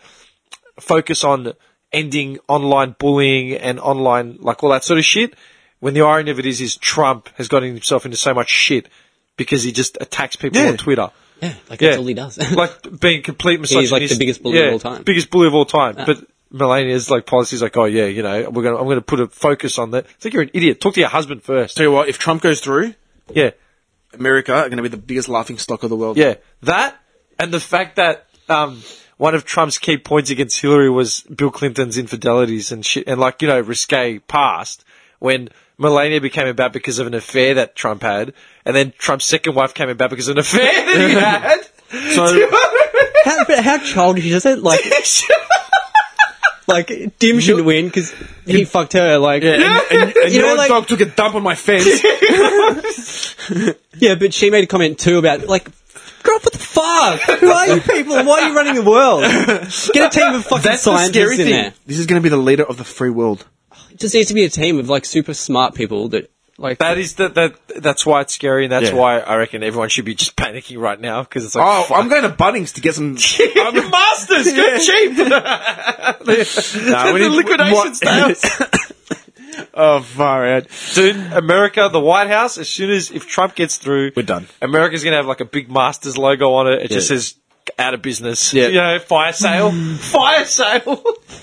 Speaker 1: focus on ending online bullying and online like all that sort of shit. When the irony of it is, is Trump has gotten himself into so much shit because he just attacks people
Speaker 2: Yeah.
Speaker 1: on Twitter.
Speaker 3: Yeah, like
Speaker 1: Yeah.
Speaker 3: that's all he does.
Speaker 1: like being complete misogynist.
Speaker 3: He's, like, the biggest bully of all time. Ah.
Speaker 1: Biggest bully of all time.
Speaker 3: Yeah.
Speaker 1: But Melania's like policies like, oh yeah, you know, we're gonna I'm gonna put a focus on that. I think you're an idiot. Talk to your husband first.
Speaker 2: Tell you what, if Trump goes through,
Speaker 1: Yeah,
Speaker 2: America are going to be the biggest laughing stock of the world.
Speaker 1: yeah. That and the fact that um, one of Trump's key points against Hillary was Bill Clinton's infidelities and shit, and like you know, risque past when. Melania became about because of an affair that Trump had, and then Trump's second wife came about because of an affair that he had.
Speaker 2: So-
Speaker 3: how, but how childish is it? Like, like Dim should win because he fucked her. Like,
Speaker 2: Yeah, and, and, and
Speaker 3: You
Speaker 2: your
Speaker 3: know, like-
Speaker 2: dog took a dump on my fence.
Speaker 3: Yeah, but she made a comment too about like, girl, what the fuck? Who are you people? Why are you running the world? Get a team of fucking
Speaker 2: That's the
Speaker 3: scientists
Speaker 2: scary
Speaker 3: in
Speaker 2: thing.
Speaker 3: there.
Speaker 2: This is going to be the leader of the free world.
Speaker 3: It just needs to be a team of like super smart people that like.
Speaker 1: That is that that that's why it's scary, and that's
Speaker 2: Yeah.
Speaker 1: why I reckon everyone should be just panicking right now because it's like,
Speaker 2: Oh,
Speaker 1: fuck.
Speaker 2: I'm going to Bunnings to get some.
Speaker 1: I'm masters, go cheap.
Speaker 2: Nah, we
Speaker 1: the
Speaker 2: need-
Speaker 1: liquidation
Speaker 2: what-
Speaker 1: sales,
Speaker 2: oh, far out.
Speaker 1: dude. America, the White House. As soon as if Trump gets through,
Speaker 2: We're done.
Speaker 1: America's gonna have like a big masters logo on it. It just
Speaker 2: Yeah.
Speaker 1: says out of business.
Speaker 2: Yeah.
Speaker 1: you know, fire sale, fire sale.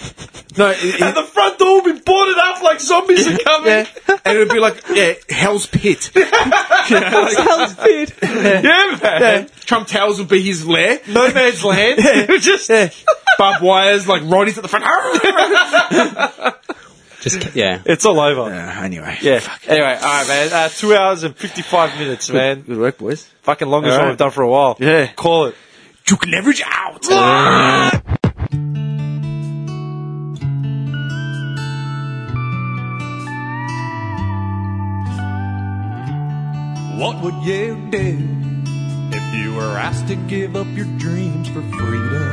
Speaker 2: No, it-
Speaker 1: and the front door will be boarded up like zombies are coming.
Speaker 2: yeah. and it would be like yeah, Hell's Pit.
Speaker 3: sounds weird.
Speaker 1: Yeah, man.
Speaker 2: Trump Towers would be his lair.
Speaker 1: No man's land. just
Speaker 2: Barbed wires, like Ronnie's at the front.
Speaker 3: Just yeah.
Speaker 1: it's all over.
Speaker 2: anyway,
Speaker 1: Yeah. Anyway, all right, man. Uh, two hours and fifty-five minutes, man.
Speaker 2: Good work, boys.
Speaker 1: Fucking longest
Speaker 2: All
Speaker 1: one
Speaker 2: right.
Speaker 1: I've done for a while.
Speaker 2: Yeah.
Speaker 1: Call it.
Speaker 2: Duke leverage out.
Speaker 11: What would you do if you were asked to give up your dreams for freedom?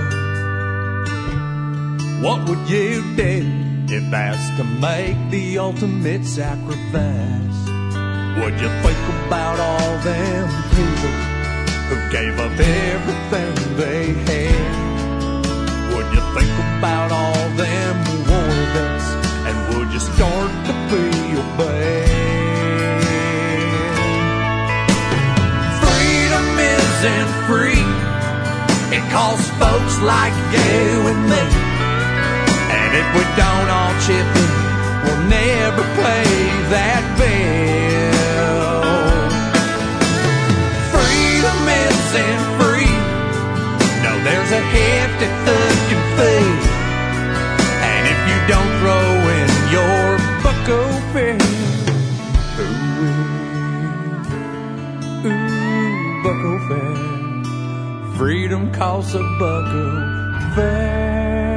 Speaker 11: What would you do if asked to make the ultimate sacrifice? Would you think about all them people who gave up everything they had? Would you think about all them warnings and would you start to feel bad? Freedom isn't free. It costs folks like you and me. And if we don't all chip in, we'll never pay that bill. Freedom isn't free. No, there's a hefty fucking fee. And if you don't throw in your bucko fee, who will? Ooh, buckle fast. Freedom costs a buckle fast.